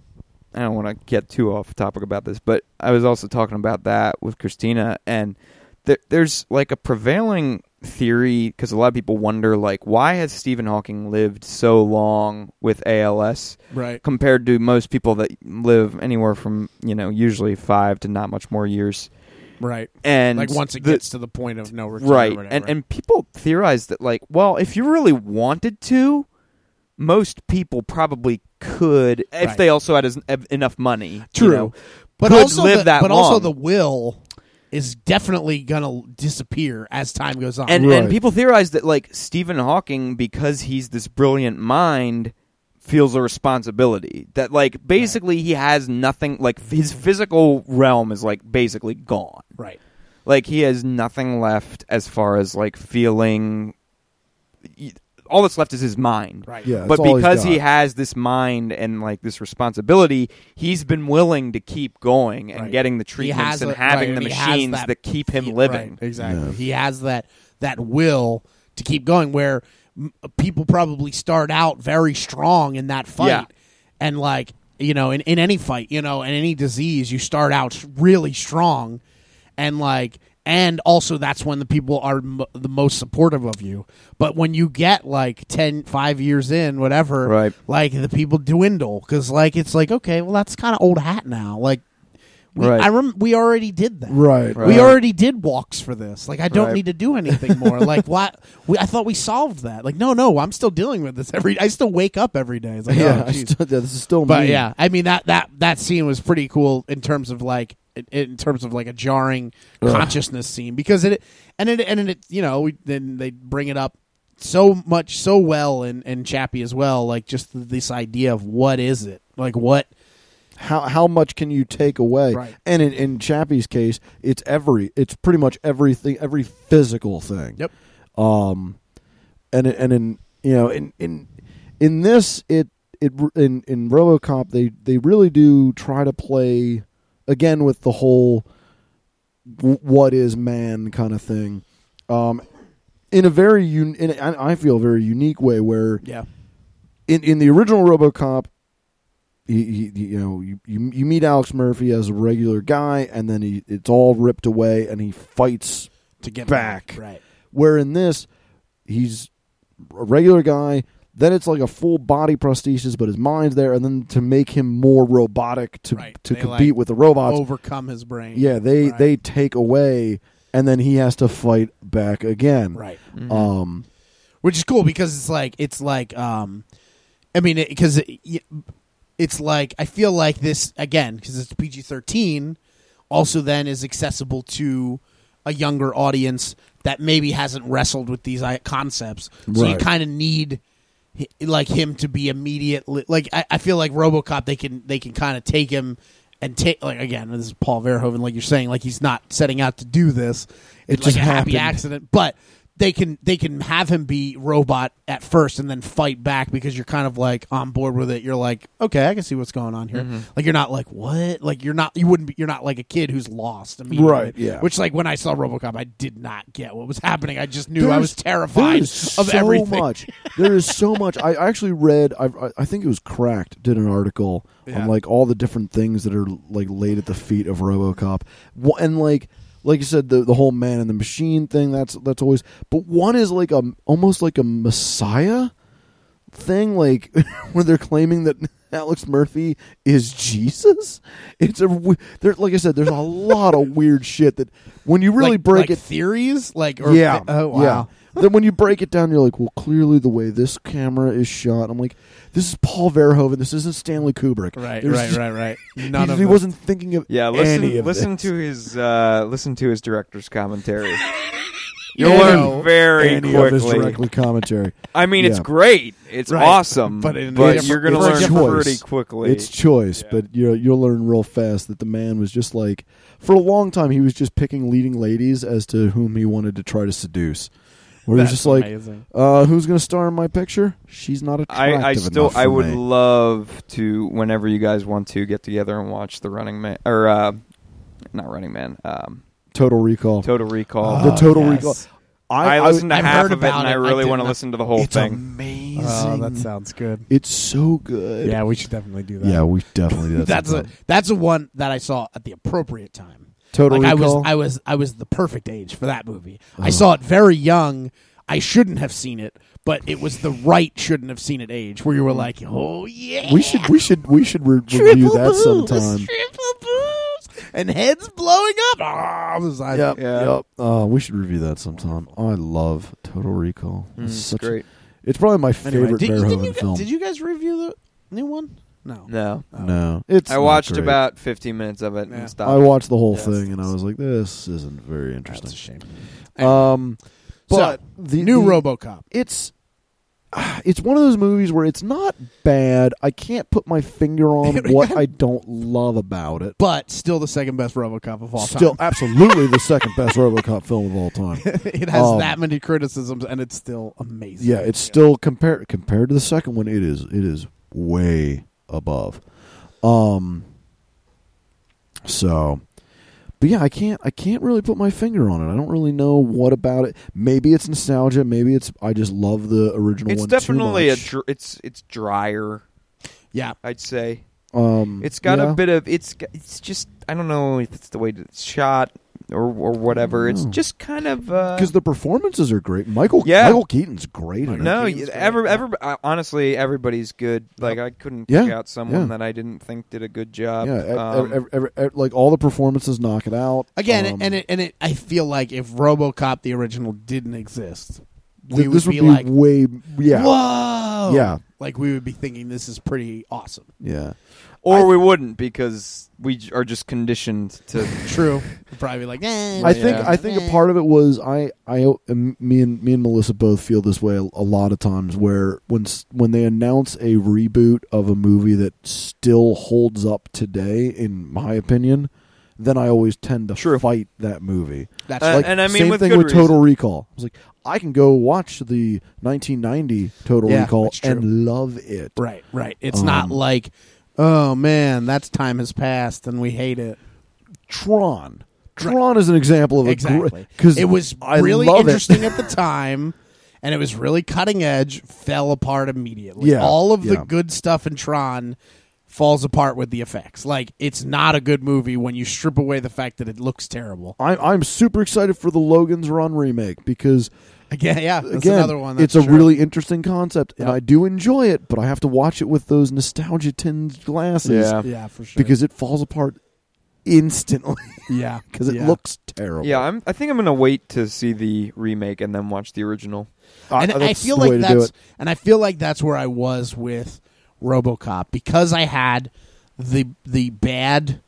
D: I don't want to get too off topic about this, but I was also talking about that with Christina, and there, there's like a prevailing theory because a lot of people wonder, like, why has Stephen Hawking lived so long with ALS
C: right,
D: compared to most people that live anywhere from you know usually five to not much more years,
C: right.
D: and
C: like once it
D: the-
C: gets to the point of no return, or
D: right
C: whatever.
D: and and people theorize that like well if you really wanted to most people probably could if
C: Right.
D: they also had as, ev- enough money you
C: True.
D: know.
C: but
D: could
C: also
D: live
C: the,
D: that
C: but also
D: long.
C: the will is definitely gonna disappear as time goes on.
D: and
A: Right.
D: and people theorize that like Stephen Hawking because he's this brilliant mind feels a responsibility that like basically he has nothing like his physical realm is like basically gone
C: right.
D: like he has nothing left as far as like feeling y- all that's left is his mind
C: Right.
A: Yeah, that's
D: but
A: all he's
D: because he
A: got.
D: has this mind and like this responsibility, he's been willing to keep going and
C: Right.
D: getting the
C: He
D: treatments
C: has
D: and
C: a-
D: having
C: right,
D: the
C: and he has
D: machines
C: that-
D: that, keep him
C: he-
D: living.
C: right, exactly. He has that that will to keep going where m- people probably start out very strong in that fight
D: Yeah.
C: and like you know in, in any fight you know in any disease you start out s- really strong and like and also that's when the people are m- the most supportive of you but when you get like 10 5 years in whatever
D: Right.
C: like the people dwindle cuz like it's like okay well that's kind of old hat now like we,
D: Right.
C: I rem- we already did that
A: right.
D: Right.
C: we already did walks for this. Like, I don't
D: Right.
C: need to do anything
A: <laughs>
C: more. like, what? We, I thought we solved that. Like, no, no, I'm still dealing with this every. I still wake up every day. It's like,
A: Yeah,
C: oh,
A: I
C: jeez.
A: still- yeah, this is still
C: but
A: me.
C: yeah, I mean that that that scene was pretty cool in terms of like in, in terms of like a jarring consciousness scene because it and it and it you know we, then they bring it up so much so well and and Chappie as well. Like, just this idea of what is it? Like, what
A: how how much can you take away?
C: Right.
A: And in, in Chappie's case, it's every it's pretty much everything, every physical thing.
C: Yep.
A: Um, and it- and in you know in in in this it it in in RoboCop they they really do try to play again with the whole w- what is man kind of thing. Um, in a very un- in a, I I feel a very unique way where
C: Yeah.
A: in in the original RoboCop, he, he, he- you know you, you you meet Alex Murphy as a regular guy, and then he it's all ripped away, and he fights.
C: To get
A: Back.
C: Right.
A: Where in this, he's a regular guy. Then it's like a full body prosthesis, but his mind's there, and then to make him more robotic to
C: Right.
A: to
C: They,
A: compete
C: like,
A: with the robots,
C: Overcome his brain.
A: yeah, they
C: Right.
A: they take away, and then he has to fight back again.
C: Right.
A: Um.
C: which is cool because it's like it's like um i mean because it, y it's like i feel like this again because it's pg-13 also then is accessible to a younger audience that maybe hasn't wrestled with these i- concepts so you
A: Right.
C: kind of need hi- like him to be immediately like I, I feel like robocop they can they can kind of take him and take like again this is paul verhoeven like you're saying like he's not setting out to do this
A: It
C: it's
A: just
C: like a happy
A: happened.
C: accident but they can they can have him be robot at first and then fight back because you're kind of like on board with it you're like okay i can see what's going on here
A: Mm-hmm.
C: like you're not like what like you're not you wouldn't be you're not like a kid who's lost immediately.
A: Right, yeah.
C: which like when i saw robocop i did not get what was happening i just knew i
A: There's-
C: was terrified
A: There
C: of
A: is so
C: everything
A: much. There is so much. I actually read. I, I- I think it was Cracked did an article
C: Yeah.
A: on like all the different things that are like laid at the feet of RoboCop, Wha- and like like you said, the the whole man and the machine thing. That's that's always. But one is like a almost like a messiah thing, like <laughs> where they're claiming that. <laughs> Alex Murphy is Jesus. It's a w- there. Like I said, there's a lot of weird shit that when you really
C: Like-
A: break
C: like
A: it
C: theories like or
A: yeah.
C: oh wow
A: Yeah. <laughs> then when you break it down, you're like, well, clearly the way this camera is shot. I'm like, this is Paul Verhoeven. This isn't Stanley Kubrick.
C: Right,
A: There's- <laughs>
C: right, right, right. None
A: he,
C: of
A: he
C: this.
A: wasn't thinking of
D: Yeah, listen,
A: any of
D: listen
A: this.
D: to his uh, listen to his
C: <laughs>
D: director's commentary. You'll
C: Yeah,
D: learn
C: no,
D: very
A: any of his
D: quickly.
A: directly commentary.
D: <laughs> I mean, it's
A: Yeah.
D: great, it's
C: Right,
D: awesome,
C: but
D: but,
C: in a different-
D: you're going to
A: it's a
D: learn
A: choice.
D: pretty quickly.
A: It's choice, but you you'll learn real fast that the man was just like for a long time he was just picking leading ladies as to whom he wanted to try to seduce. Where he's
C: That's
A: just like,
C: amazing.
A: uh, who's going to star in my picture? She's not attractive
D: I, I still
A: enough for
D: I would
A: me.
D: love to whenever you guys want to get together and watch the Running Man or uh, not Running Man, um,
A: Total Recall.
D: Total Recall.
A: the Total
C: yes.
A: Recall.
D: I,
A: I
D: listened to
C: I've
D: half
C: heard
D: of it
C: about
D: and
C: it.
D: I
C: I
D: really
C: did
D: want to
C: not-
D: listen to the whole thing.
A: amazing.
E: Oh, that sounds good.
A: It's so good.
E: Yeah, we should definitely do that.
A: yeah, we definitely did.
C: that's a that's a one that I saw at the appropriate time.
A: total
C: like
A: recall.
C: I was I was I was the perfect age for that movie.
A: Oh.
C: I saw it very young. I shouldn't have seen it, but it was the right shouldn't have seen it age where you were like, "Oh yeah."
A: we should we should we should re- review
C: triple
A: that
C: boobs,
A: sometime.
C: Triple boobs and heads blowing up. Ah, it was- I-
D: Yeah.
A: Yep. Uh, we should review that sometime. I love Total Recall.
C: Mm,
A: It's such a-
D: Mm, great.
A: it's probably my
C: Anyway,
A: favorite
C: did, did
A: Verhoeven
C: you,
A: film.
C: Did you guys review the new one? No. Oh,
D: No,
A: no, it's.
D: I
A: not
D: watched
A: great.
D: about 15 minutes of it
C: Yeah.
D: and
A: I
D: stopped.
A: watched the whole
D: Yes.
A: thing and I was like, this isn't very interesting.
C: That's a shame.
A: Um, but
C: So,
A: the
C: new
A: the,
C: RoboCop.
A: it's <sighs> ah, it's one of those movies where it's not bad. I can't put my finger on what I don't love about it.
C: But still the second best RoboCop of all
A: Still,
C: time.
A: absolutely the second best RoboCop film of all
D: <laughs>
A: time.
C: <laughs> it has
A: um,
C: that many criticisms and it's still amazing.
A: Yeah, it's still compared compared to the second one. It is it is way above. Um. So, but yeah, I can't I can't really put my finger on it. I don't really know what about it. Maybe it's nostalgia. Maybe it's I just love the original.
D: It's
A: one
D: definitely
A: too
D: a
A: much.
D: dr- it's it's drier.
C: Yeah.
D: I'd say
A: um.
D: it's got
A: yeah.
D: a bit of it's g- it's just I don't know if it's the way that it's shot or or whatever. It's
A: No.
D: just kind of uh,
A: Mm. because the performances are great. Michael
D: Yeah.
A: Michael Keaton's great in it.
D: no,
C: Keaton's
D: you-
C: great,
D: ever
C: yeah.
D: ever uh, honestly everybody's good. Like I couldn't
A: Yeah,
D: pick out someone
A: yeah.
D: that I didn't think did a good job.
A: Yeah, e-
D: Um,
A: e- e- e- e- like all the performances knock it out
C: Again,
A: Um,
C: and it and it I feel like if RoboCop the original didn't exist,
A: th-
C: we would
A: this
C: be,
A: would be
C: like
A: way yeah
C: whoa.
A: Yeah.
C: Like we would be thinking this is pretty awesome.
A: yeah.
D: or we wouldn't because we j- are just conditioned to.
C: <laughs>
A: <laughs>
C: True. Probably like, eh,
A: I think
D: Yeah.
A: I think a part of it was I I um, me and me and Melissa both feel this way a, a lot of times where when s- when they announce a reboot of a movie that still holds up today in my opinion then I always tend to
D: True.
A: fight that movie.
C: that's
D: Uh,
C: like,
A: Like,
D: and I mean
A: same
D: with
A: thing
D: good
A: with Total
D: reason.
A: Recall. I was like, I can go watch the 1990 Total
C: Yeah,
A: Recall
C: that's true.
A: and love it.
C: right, right. It's
A: Um,
C: not like, oh man, that's time has passed and we hate it.
A: Tron.
C: Right.
A: Tron is an example of a
C: Exactly.
A: because
C: it was
A: I
C: really
A: love it. <laughs>
C: interesting at the time, and it was really cutting edge. Fell apart immediately.
A: Yeah,
C: all of the
A: yeah.
C: good stuff in Tron falls apart with the effects. Like it's not a good movie when you strip away the fact that it looks terrible. <laughs>
A: I, I'm super excited for the Logan's Run remake because
C: Again, yeah, that's
A: again,
C: another one.
A: it's
C: That's
A: a
C: true.
A: really interesting concept, and
C: Yep.
A: I do enjoy it, but I have to watch it with those nostalgia tinged glasses
D: Yeah.
C: yeah for sure
A: because it falls apart instantly <laughs>
C: yeah
A: because it
C: yeah.
A: looks terrible.
D: Yeah, I'm, I think I'm gonna wait to see the remake and then watch the original.
C: and I,
A: that's
C: feel
A: the way
C: like
A: to do
C: that's
A: it.
C: and I feel like that's where I was with RoboCop because I had the the bad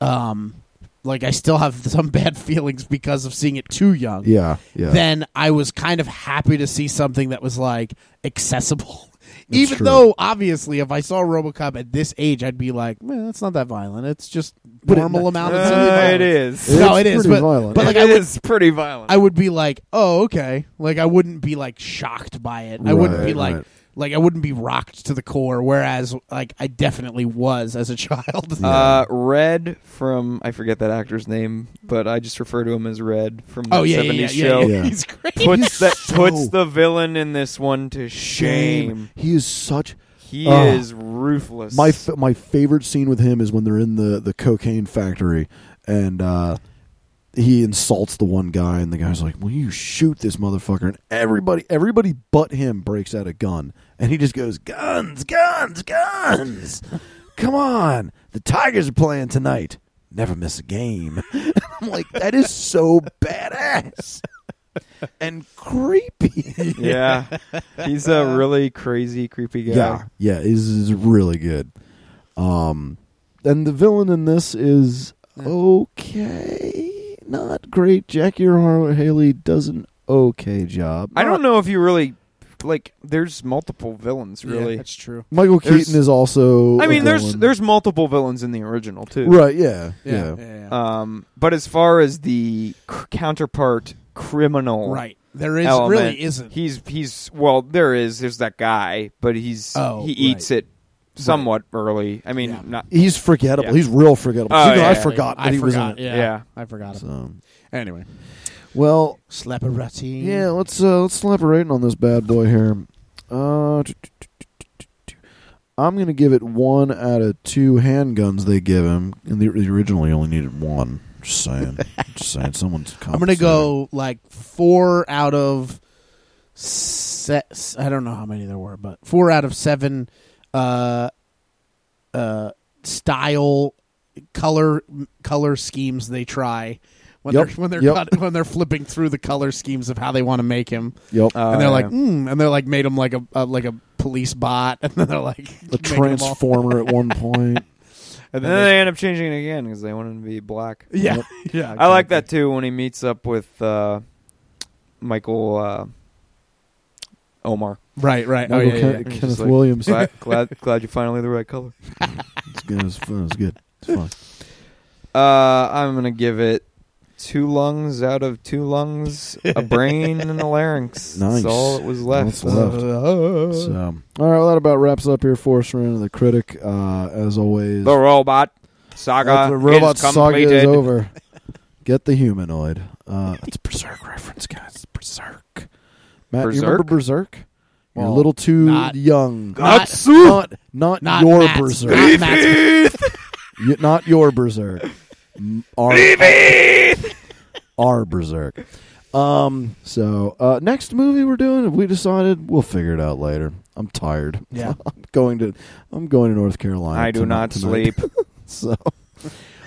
C: um like I still have <laughs> some bad feelings because of seeing it too young.
A: yeah, yeah.
C: Then I was kind of happy to see something that was like accessible.
A: That's
C: Even
A: true.
C: though obviously if I saw RoboCop at this age I'd be like, "Man, that's not that violent. It's just
A: But it-
C: normal amount of
D: Uh,
C: silly
D: it
C: violence."
D: is.
A: It's
C: No, it is,
A: pretty
C: but-
A: violent.
C: but like,
D: <laughs> It
C: I would-
D: is pretty violent.
C: I would be like, "Oh, okay." Like I wouldn't be like shocked by it. I wouldn't be
A: Right,
C: like
A: right.
C: like I wouldn't be rocked to the core whereas like I definitely was as a <laughs> child.
D: Uh, Red from I forget that actor's name, but I just refer to him as Red from the
C: oh yeah, yeah,
D: 70s
C: yeah, yeah,
D: show.
C: yeah.
A: Yeah.
C: He's great.
D: Puts that
A: so-
D: puts the villain in this one to
A: shame.
D: shame.
A: He is such
D: He
A: Ugh.
D: is ruthless.
A: Oh. My f- my favorite scene with him is when they're in the the cocaine factory and uh, he insults the one guy and the guy's like, "Will you shoot this motherfucker?" And everybody everybody but him breaks out a gun and he just goes, "Guns, guns, guns! Come on, the Tigers are playing tonight. Never miss a game." <laughs> I'm like, that is so badass and creepy.
C: <laughs>
D: yeah, he's a really crazy, creepy guy.
A: Yeah, yeah, is is really good. Um, and the villain in this is okay, not great. Jackie Earl Haley does an okay job.
D: I
A: Not-
D: don't know if you really like. There's multiple villains, really.
C: that's true.
A: Michael
D: there's-
A: Keaton is also.
D: I
A: a
D: mean, there's
A: villain.
D: there's multiple villains in the original too.
A: right, yeah,
C: Yeah.
A: yeah,
C: yeah, yeah.
D: Um, but as far as the c- counterpart criminal,
C: right. There is
D: element.
C: really isn't.
D: He's he's well, there is there's that guy, but he's
C: Oh,
D: he eats
C: right.
D: it somewhat early. I mean,
C: Yeah.
D: not
A: He's forgettable.
D: Yeah.
A: He's real forgettable.
D: Oh,
A: You know,
D: yeah,
A: I
D: yeah,
A: forgot that
C: I
A: he
C: forgot.
A: was in it.
C: yeah,
D: Yeah.
C: I forgot. Him.
A: So,
C: Anyway,
A: well,
C: Slapperati.
A: yeah, let's uh, let's slap a rating on this bad boy here. Uh, I'm gonna give it one out of two handguns they give him. In the, the original, he only needed one. Just saying, just saying. Someone's.
C: I'm gonna go like four out of set. I don't know how many there were, but four out of seven. Uh, uh, style, color, color schemes they try when
A: Yep,
C: they're when they're
A: yep.
C: cut, when they're flipping through the color schemes of how they want to make him,
A: Yep.
C: <laughs>
D: uh,
C: and they're like,
D: yeah.
C: mm, and they're like made him like a, a like a police bot, <laughs> and then they're like
A: a
C: making him all-
A: transformer at one point.
D: and then they end up changing it again because they want him to be black.
C: Yeah,
A: Yep.
C: <laughs> yeah.
D: I like
C: exactly.
D: that too when he meets up with uh, Michael uh, Omar.
C: Right, right. <laughs> Oh
A: Michael
C: yeah, yeah,
A: Ken-
C: yeah.
D: He's
A: Kenneth
D: just like-
A: Williams. <laughs>
D: Glad, glad glad you finally the right color.
A: It's good. It's fun. It's good. It's
C: <laughs>
A: fun.
D: Uh, I'm gonna give it two lungs out of two lungs,
A: <laughs>
D: a brain, and a larynx.
A: Nice.
D: That's all that was left.
A: That's left.
C: Uh,
A: So, all right. Well, that about wraps up here for us. We're into the critic. Uh, as always,
D: The robot saga.
A: That's the robot
D: is
A: saga
D: completed.
A: is
D: <laughs>
A: over. Get the humanoid. Uh, it's Berserk reference, guys. It's Berserk. Matt, you remember Berserk? You're a
D: Well,
A: little too
C: not-
A: young.
C: Not-
A: not, not,
C: not
A: your
C: Matt's-
A: Berserk.
C: Not Matt's,
A: You- not your Berserk. M- Our, <laughs> our Berserk. Um. So uh, next movie we're doing, if we decided, we'll figure it out later. I'm tired. <laughs>
C: Yeah.
A: I'm going to. I'm going to North Carolina.
D: I do
A: tonight-
D: not
A: tonight.
D: sleep.
A: So,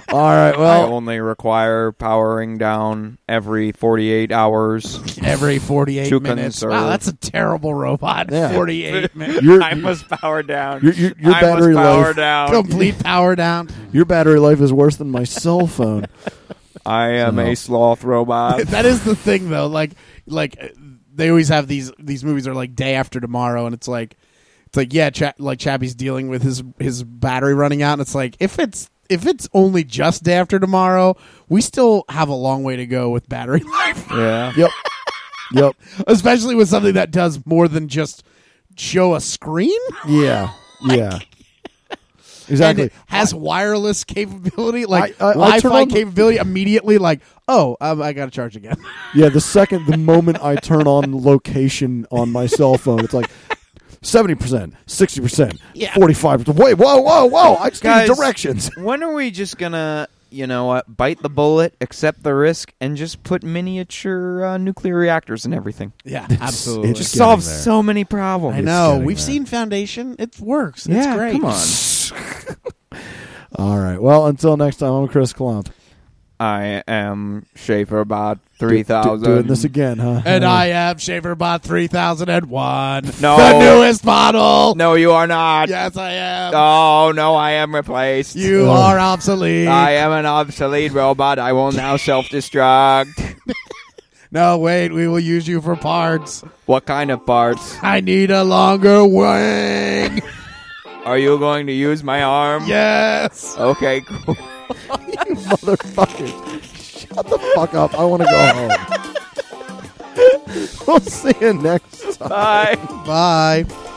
A: All right.
D: <laughs>
A: <laughs>
D: I
A: Well,
D: only require powering down every 48 hours.
C: every 48
D: Two
C: minutes.
D: conserve.
C: Wow, that's a terrible robot.
A: Yeah.
C: 48 minutes.
A: your
D: I must power down.
A: your, your, your
D: I
A: battery
D: must power
A: life
D: down.
C: Complete power down.
A: your battery life is worse than my cell
C: <laughs>
A: phone.
D: I am
A: No.
D: a
A: <laughs>
D: sloth robot.
C: that is the thing though. Like like uh, they always have these these movies are like day after tomorrow and it's like it's like yeah, Cha- like Chappie's dealing with his his battery running out and it's like if it's if it's only just day after tomorrow, we still have a long way to go with battery <laughs> life,
D: yeah.
A: Yep. Yep.
C: especially with something that does more than just show a screen
A: Yeah. Yeah.
C: and
A: Exactly.
C: it has wireless capability, like
A: I- I- I'll turn
C: Wi-Fi
A: on the-
C: capability. Immediately, like oh, um, I got to charge again. <laughs>
A: Yeah, the second, the moment I turn on location on my cell phone, it's like seventy percent, sixty percent,
C: Yeah.
A: forty-five percent. Wait, whoa, whoa, whoa! I just
D: Guys.
A: need directions. <laughs>
D: When are we just gonna, you know, what, bite the bullet, accept the risk, and just put miniature uh, nuclear reactors and everything?
C: yeah,
D: It
C: absolutely.
A: It's
D: solves
A: getting there.
D: so many problems.
C: I know.
A: getting
C: We've
A: there.
C: seen Foundation. It works.
D: Yeah,
C: it's great.
D: come
C: <laughs>
D: on.
A: All right. Well, until next time, I'm Chris Klump.
D: I am Schaefer about
A: Do-
D: three
A: do-
D: thousand.
A: Doing this again, huh? <laughs>
C: And I am ShaverBot 3001.
D: No.
C: The newest model.
D: No, you are not.
C: Yes, I am.
D: Oh no, I am replaced.
C: You
A: Ugh.
C: are obsolete.
D: I am an obsolete robot. I will now self-destruct.
C: no, wait. We will use you for parts.
D: What kind of parts
C: I need a longer wing. <laughs>
D: are you going to use? My arm.
C: yes.
D: Okay. Cool.
A: Motherfucker. Shut the fuck up. I want to go
C: <laughs>
A: home. we'll see you next time.
D: Bye.
C: Bye.